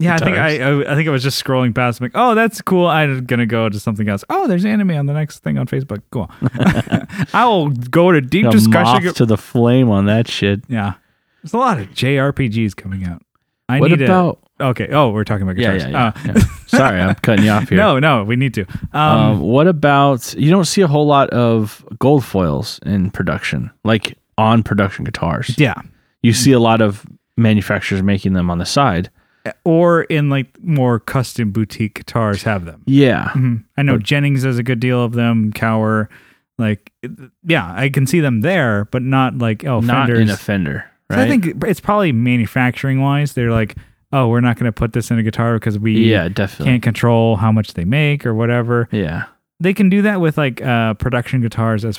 S1: Yeah, I think I,
S2: Guitars.
S1: I I think I was just scrolling past. I'm like, oh, that's cool. I'm gonna go to something else. Oh, there's anime on the next thing on Facebook. Cool. I will go to deep
S2: A
S1: discussion.
S2: moth to the flame on that shit.
S1: yeah, there's a lot of JRPGs coming out. I
S2: what
S1: need
S2: about?
S1: A, okay. Oh, we're talking about
S2: Yeah,
S1: guitars.
S2: yeah, yeah,
S1: Uh,
S2: yeah. Sorry, I'm cutting you off here.
S1: no, no, we need to.
S2: Um,
S1: Um,
S2: what about you? Don't see a whole lot of gold foils in production, like on production guitars.
S1: yeah,
S2: You see a lot of manufacturers making them on the side.
S1: or in like more custom boutique guitars have them.
S2: Yeah,
S1: Mhm. I know
S2: But-
S1: Jennings does a good deal of them. Cower, like, it- yeah, I can see them there, but not like oh,
S2: not
S1: Fenders.
S2: in a Fender, right?
S1: So I think it's probably manufacturing wise. They're like, oh, we're not going to put this in a guitar because we
S2: yeah, definitely.
S1: can't control how much they make or whatever.
S2: Yeah,
S1: They can do that with like uh, production guitars as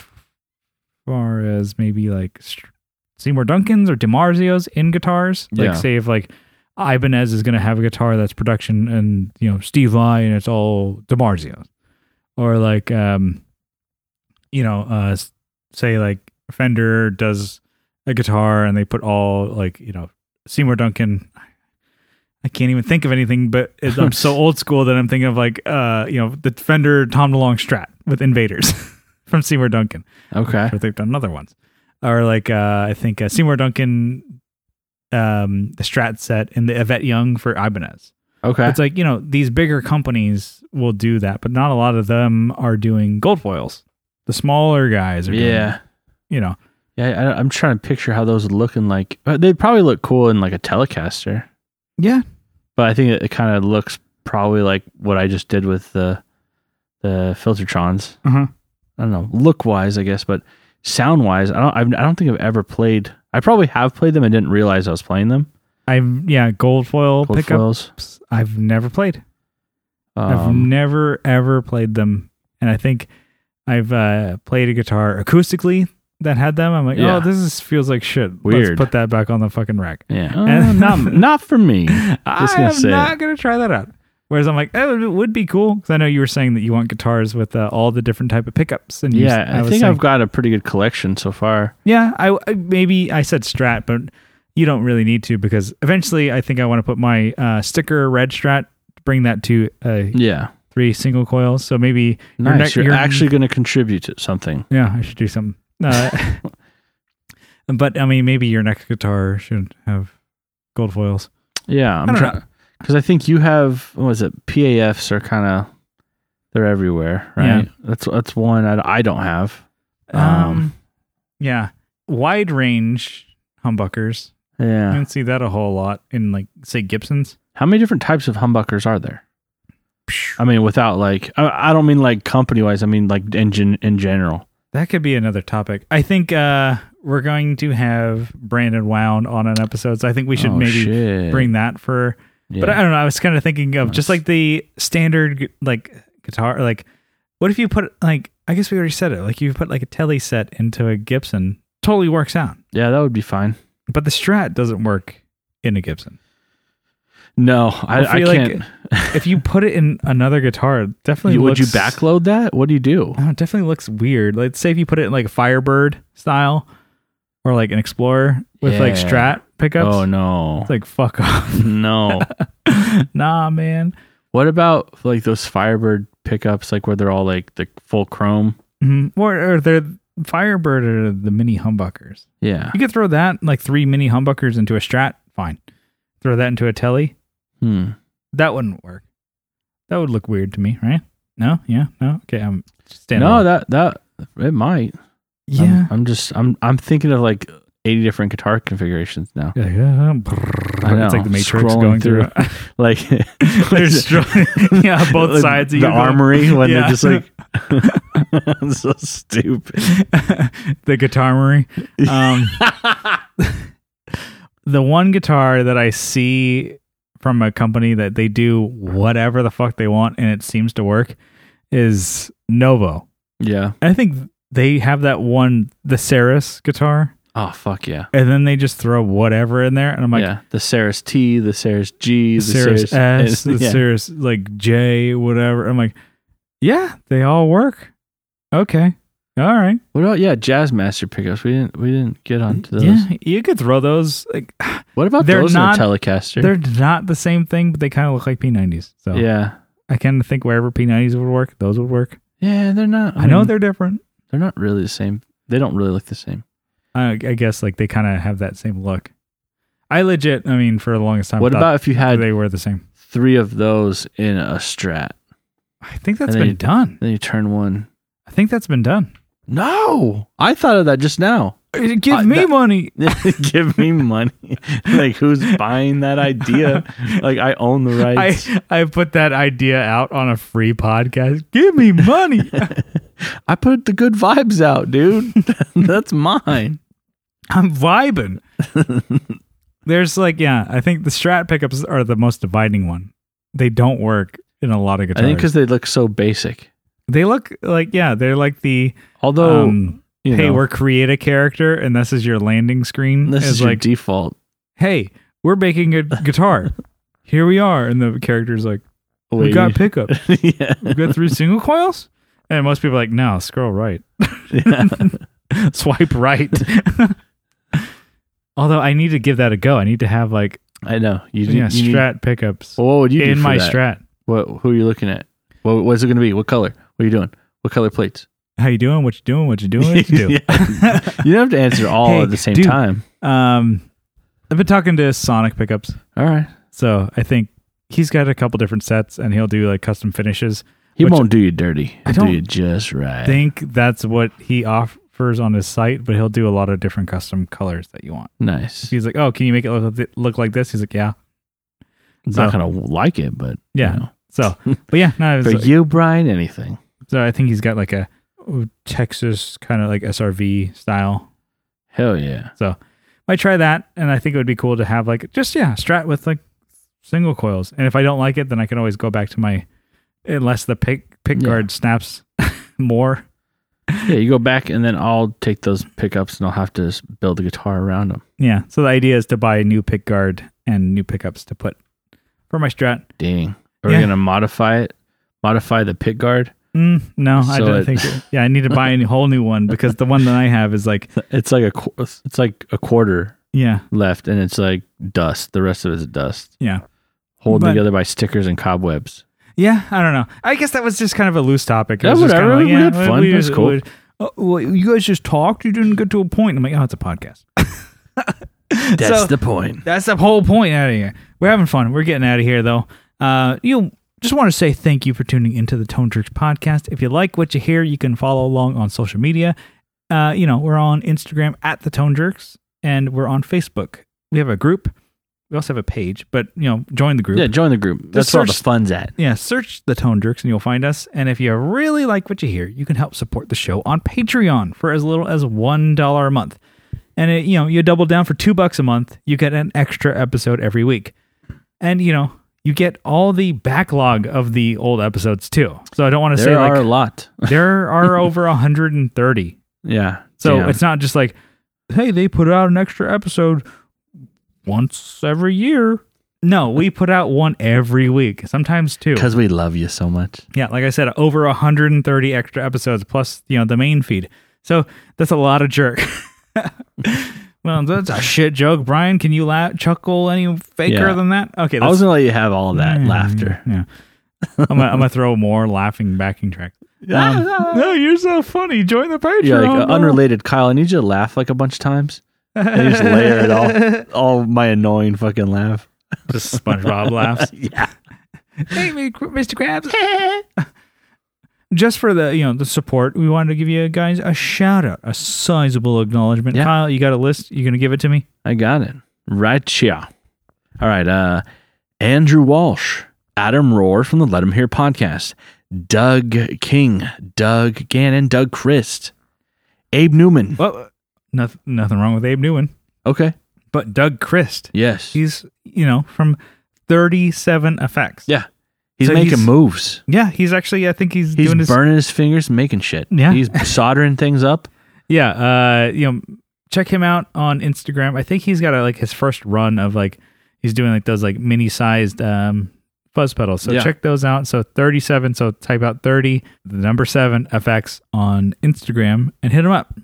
S1: far as maybe like Str- Seymour Duncan's or DiMarzio's in guitars.
S2: Yeah.
S1: Like, say if like Ibanez is going to have a guitar that's production and, you know, Steve Vai and it's all DiMarzio's. Or like, um, you know, uh, s- say like Fender does a guitar and they put all like, you know, Seymour Duncan. I can't even think of anything, but it, I'm so old school that I'm thinking of like, uh, you know, the Fender Tom DeLonge Strat with Invaders from Seymour Duncan.
S2: okay.
S1: But they've done other ones. Or like uh, I think uh, Seymour Duncan, um, the Strat set, and the Yvette Young for Ibanez.
S2: Okay.
S1: It's like you know these bigger companies will do that, but not a lot of them are doing gold foils. The smaller guys are doing,
S2: yeah.
S1: you know,
S2: Yeah, I, I'm trying to picture how those would look in like. uh, They'd probably look cool in like a Telecaster,
S1: yeah,
S2: but I think it, it kind of looks probably like what I just did with the the Filtertrons.
S1: uh-huh.
S2: I don't know, look wise, I guess, but sound wise, I don't. I've, I don't think I've ever played. I probably have played them and didn't realize I was playing them.
S1: I've yeah, gold foil
S2: Gold
S1: pickups.
S2: foils.
S1: I've never played. I've
S2: Um,
S1: never ever played them, and I think I've uh, played a guitar acoustically that had them. I'm like,
S2: Yeah.
S1: oh, this is, feels like shit.
S2: Weird.
S1: Let's put that back on the fucking rack.
S2: yeah, Uh,
S1: And-
S2: not not for me. Just gonna
S1: I'm
S2: say
S1: Oh. not
S2: it.
S1: gonna try that out. Whereas I'm like, oh, it would be cool because I know you were saying that you want guitars with uh, all the different type of pickups. And you-
S2: Yeah, I,
S1: was
S2: think
S1: saying-
S2: I've got a pretty good collection so far.
S1: Yeah, I I- maybe I said Strat, but you don't really need to because eventually I think I want to put my uh, sticker red Strat, bring that to uh,
S2: Yeah,
S1: three single coils. So maybe your
S2: nice.
S1: neck-
S2: You're,
S1: your-
S2: actually going to contribute to something.
S1: yeah, I should do something. Uh, but I mean, maybe your next guitar should have gold foils.
S2: Yeah, I'm
S1: I don't
S2: trying because I think you have what was it? PAFs are kind of they're everywhere, right? That's that's one I, I don't have.
S1: Um,
S2: Um,
S1: yeah, wide range humbuckers. You
S2: Yeah,
S1: don't see that a whole lot in like say Gibsons.
S2: how many different types of humbuckers are there? I mean, without like, I, I don't mean like company wise. I mean like engine in general.
S1: That could be another topic. I think uh, we're going to have Brandon Wound on an episode, so I think we should
S2: Oh,
S1: maybe
S2: shit.
S1: bring that for.
S2: Yeah.
S1: But I don't know. I was kind of thinking of just
S2: Nice.
S1: like the standard gu- like guitar. Like, what if you put like I guess we already said it. Like you put like a Tele set into a Gibson, totally works out.
S2: yeah, that would be fine.
S1: But the Strat doesn't work in a Gibson.
S2: No, I,
S1: I
S2: I,
S1: feel like
S2: can't.
S1: if you put it in another guitar, it definitely
S2: You- would you
S1: looks-
S2: backload that? What do you do?
S1: Oh, it definitely looks weird. Let's say if you put it in like a Firebird style or like an Explorer with like
S2: Yeah.
S1: Strat pickups.
S2: Oh no,
S1: It's like fuck off.
S2: no.
S1: nah, man.
S2: What about like those Firebird pickups, like where they're all like the full chrome?
S1: Mhm. Or, or they're Firebird or the mini humbuckers.
S2: Yeah.
S1: You could throw that like three mini humbuckers into a Strat. Fine. Throw that into a Telly.
S2: Hmm.
S1: That wouldn't work. That would look weird to me, right? No, yeah, no. Okay, I'm standing.
S2: No, that that it might. I'm-
S1: yeah.
S2: I'm, just I'm I'm thinking of like 80 different guitar configurations now.
S1: Yeah, yeah. It's like the Matrix
S2: Scrolling
S1: going through.
S2: through. Like
S1: They're stro- yeah, both
S2: like,
S1: sides.
S2: The
S1: of you going-
S2: armory when
S1: Yeah.
S2: they're just like so stupid.
S1: the guitar armory. Um, the one guitar that I see from a company that they do whatever the fuck they want and it seems to work is Novo.
S2: Yeah.
S1: I think they have that one, the Ceres guitar,
S2: Oh fuck yeah.
S1: and then they just throw whatever in there, and I'm like.
S2: yeah. The Ceres T, the Ceres G,
S1: The
S2: the
S1: Ceres,
S2: Ceres
S1: S, the
S2: yeah.
S1: Ceres like J, whatever. I'm like, yeah, they all work. Okay, all right.
S2: What about yeah, Jazzmaster pickups? We didn't we didn't get onto those.
S1: Yeah, you could throw those. Like
S2: What about
S1: They're
S2: those
S1: not-
S2: in a Telecaster?
S1: they're not the same thing, but they kind of look like P90s. So
S2: Yeah.
S1: I kind of think wherever P90s would work, those would work.
S2: Yeah, they're not.
S1: I know
S2: mean,
S1: they're different.
S2: they're not really the same. They don't really look the same.
S1: I, I guess like they kind of have that same look. I legit, I mean, for the longest time,
S2: what
S1: thought
S2: about if you had
S1: they were the same?
S2: three of those in a strat?
S1: I think that's
S2: and
S1: been
S2: they-
S1: done.
S2: Then you turn one.
S1: I think that's been done.
S2: No, I thought of that just now.
S1: Give
S2: Uh,
S1: me
S2: that-
S1: money.
S2: Give me money. like who's buying that idea? Like I own the
S1: I,
S2: rights. I,
S1: I put that idea out on a free podcast. Give me money.
S2: put the good vibes out, dude. That's mine.
S1: I'm vibing. There's like, yeah, I think the strat pickups are the most dividing one. They don't work in a lot of
S2: I
S1: guitars.
S2: think because they look so basic.
S1: they look like, yeah, they're like the,
S2: Although,
S1: um,
S2: you
S1: hey,
S2: know,
S1: we're create a character and this is your landing screen.
S2: this
S1: is
S2: is your
S1: like,
S2: default.
S1: hey, we're making a guitar. Here we are. And the character's like, we
S2: Wait.
S1: got pickups.
S2: yeah.
S1: We got three single coils. And most people are like, no, scroll right.
S2: yeah.
S1: swipe right. Although I need to give that a go. I need to have like
S2: I know. You,
S1: yeah,
S2: you need-
S1: strat pickups
S2: Well, what would you do
S1: in
S2: for
S1: my
S2: that?
S1: strat.
S2: What? Who are you looking at? What? What's it going to be? What color? What are you doing? What color plates?
S1: How you doing? What you doing? What you doing? What you doing?
S2: You don't have to answer all
S1: Hey,
S2: at the same
S1: dude.
S2: time.
S1: um, I've been talking to Sonic pickups,
S2: All right.
S1: so I think he's got a couple different sets, and he'll do like custom finishes.
S2: He
S1: Which-
S2: won't do you dirty. He'll
S1: I
S2: do
S1: don't
S2: you just right.
S1: I think that's what he offers transfers on his site, but he'll do a lot of different custom colors that you want.
S2: Nice.
S1: He's like, "Oh, can you make it look, like thi- look like this?" He's like, "Yeah."
S2: It's
S1: So-
S2: not gonna like it, but you
S1: Oh. Yeah.
S2: know.
S1: So, but yeah, no,
S2: for
S1: it's-
S2: you, Brian, anything.
S1: so I think he's got like a Texas kind of like SRV style.
S2: Hell yeah.
S1: Might try that, and I think it would be cool to have like just yeah, strat with like single coils. And if I don't like it, then I can always go back to my unless the pick pick
S2: Yeah.
S1: guard snaps more.
S2: Yeah, you go back and then I'll take those pickups and I'll have to s- build a guitar around them.
S1: Yeah. So the idea is to buy a new pick guard and new pickups to put for my strat.
S2: Dang. Are we
S1: Yeah.
S2: gonna modify it? Modify the pick guard?
S1: Mm, no, I
S2: So
S1: don't
S2: it-
S1: think. Yeah, I need to buy a whole new one because the one that I have is like
S2: It's like a qu- it's like a quarter
S1: yeah,
S2: left, and it's like dust. The rest of it is dust,
S1: yeah.
S2: held
S1: But-
S2: together by stickers and cobwebs.
S1: Yeah, I don't know. I guess that was just kind of a loose topic. It
S2: Yeah,
S1: was just
S2: whatever.
S1: kinda
S2: We had fun. It was
S1: just-
S2: cool.
S1: we- oh, well, you guys just talked. You didn't get to a point. I'm like, oh, it's a podcast. So-
S2: point.
S1: That's the whole point out of here. We're having fun. We're getting out of here though. Uh, you just want to say thank you for tuning into the Tone Jerks podcast. If you like what you hear, you can follow along on social media. Uh, you know, we're on Instagram at the Tone Jerks, and we're on Facebook. We have a group. We also have a page, but you know, join the group.
S2: Yeah, join the group. That's where all the
S1: search-
S2: fun's at.
S1: Yeah, search the Tone Jerks and you'll find us. And if you really like what you hear, you can help support the show on Patreon for as little as one dollar a month. And it, you know, you double down for two bucks a month, you get an extra episode every week. And you know, you get all the backlog of the old episodes too. So I don't want to say
S2: There are a
S1: like
S2: lot.
S1: there are over 130.
S2: Yeah.
S1: So
S2: Damn.
S1: it's not just like, hey, they put out an extra episode once every year. No, we put out one every week, sometimes two.
S2: because we love you so much.
S1: Yeah, like I said, over 130 extra episodes plus, you know, the main feed. So that's a lot of jerk. well, that's a shit joke, Brian. Can you laugh, chuckle any faker
S2: Yeah.
S1: than that? Okay,
S2: I
S1: that's,
S2: was gonna let you have all that
S1: Yeah,
S2: laughter.
S1: Yeah, I'm gonna, I'm gonna throw more laughing backing track. Um, no, you're so funny. Join the Patreon.
S2: You're like uh,
S1: bro."
S2: unrelated, Kyle. I need you to laugh like a bunch of times. And you just layer it all, all my annoying fucking laugh.
S1: Just SpongeBob laughs.
S2: Yeah.
S1: hey, me- Mr. Krabs. Just for the you know the support, we wanted to give you guys a shout out, a sizable acknowledgement.
S2: Yeah.
S1: Kyle, you got a list? You gonna give it to me?
S2: I got it. Right, yeah. All right. Uh, Andrew Walsh, Adam Rohr from the Let Him Hear podcast, Doug King, Doug Gannon, Doug Christ, Abe Newman.
S1: Well, nothing, nothing wrong with Abe Newman,
S2: Okay.
S1: but Doug Christ,
S2: Yes. He's,
S1: he's you know from Thirty Seven Effects.
S2: Yeah.
S1: so
S2: making
S1: he's-
S2: moves.
S1: yeah, he's actually I think he's,
S2: He's
S1: doing his
S2: burning his fingers, making shit.
S1: Yeah.
S2: He's soldering things up.
S1: yeah. Uh, you know, check him out on Instagram. I think he's got a, like his first run of like he's doing like those like mini sized um fuzz pedals. So
S2: Yeah.
S1: check those out. So Thirty Seven. So type out thirty the number seven effects on Instagram and hit him up.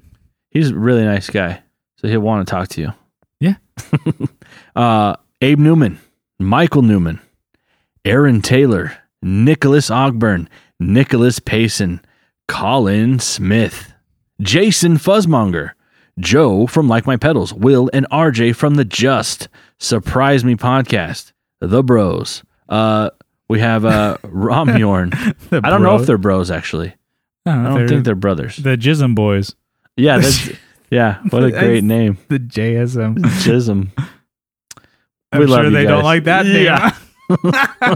S2: He's a really nice guy. So he'll want to talk to you.
S1: Yeah.
S2: uh, Abe Newman, Michael Newman, Aaron Taylor, Nicholas Ogburn, Nicholas Payson, Colin Smith, Jason Fuzzmonger, Joe from Like My Pedals, Will and RJ from the Just Surprise Me podcast, The Bros. Uh, we have uh, Romjorn.
S1: The
S2: I don't know
S1: bro-
S2: if they're bros, actually.
S1: I don't,
S2: I
S1: know
S2: don't
S1: if
S2: think they're brothers.
S1: the Jism Boys.
S2: Yeah, that's, yeah. What a great name.
S1: The JSM.
S2: Chisholm.
S1: I'm
S2: We love
S1: sure
S2: you
S1: they don't
S2: guys.
S1: like that.
S2: Yeah.
S1: Yeah.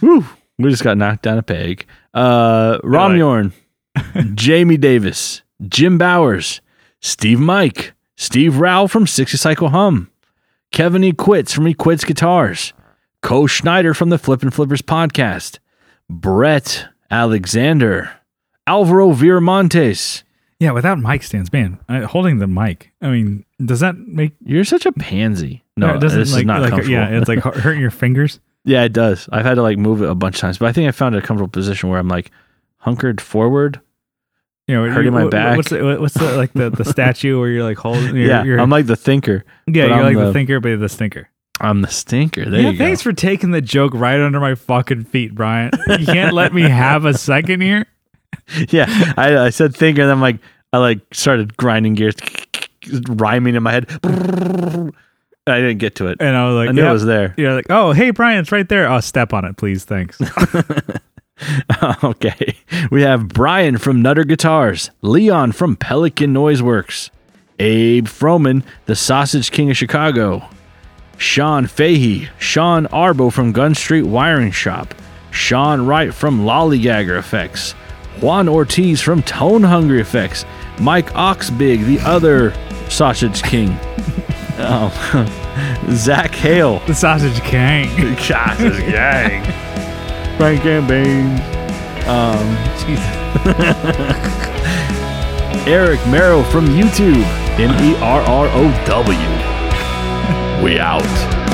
S2: Woo. We just got knocked down a peg. Uh, Rom Yorn, Jamie Davis, Jim Bowers, Steve Mike, Steve Rao from Sixty Cycle Hum, Kevin E. Quits from E. Quits Guitars, Co Schneider from the Flip and Flippers podcast, Brett Alexander, Alvaro Viramontes.
S1: yeah, without mic stands, man. I, holding the mic. I mean, does that make
S2: You're such a pansy.
S1: or
S2: No,
S1: it
S2: this
S1: doesn't
S2: is
S1: like,
S2: not
S1: like- uh,
S2: comfortable.
S1: yeah, it's like hu- hurting your fingers.
S2: Yeah, it does. I've had to like move it a bunch of times, but I think I found a comfortable position where I'm like hunkered forward.
S1: You know,
S2: Hurting
S1: you-
S2: my
S1: what-
S2: back.
S1: What's the, what's the, like the, the statue where you're like holding? You're,
S2: yeah,
S1: you're,
S2: I'm like the thinker.
S1: yeah,
S2: but
S1: you're
S2: I'm
S1: like the,
S2: the-
S1: thinker, but you're the stinker.
S2: I'm the stinker. There
S1: yeah,
S2: you
S1: thanks
S2: go.
S1: for taking the joke right under my fucking feet, Brian. You can't let me have a second here.
S2: yeah, I, I said thinker, and I'm like, I like started grinding gears, rhyming in my head. I didn't get to it.
S1: And I was like,
S2: I knew
S1: yeah.
S2: it was there.
S1: You're like, oh, hey, Brian, it's right there. Oh, step on it, please, thanks.
S2: okay. We have Brian from Nutter Guitars, Leon from Pelican Noise Works, Abe Froman, the Sausage King of Chicago, Sean Fahey, Sean Arbo from Gun Street Wiring Shop, Sean Wright from Lollygagger Effects, Juan Ortiz from Tone Hungry Effects, Mike Oxbig, the other Sausage King, um, Zach Hale,
S1: The Sausage King.
S2: Sausage Gang, Frank and Beans.
S1: Jesus.
S2: Eric Merrill from YouTube. M E R R O W. We out.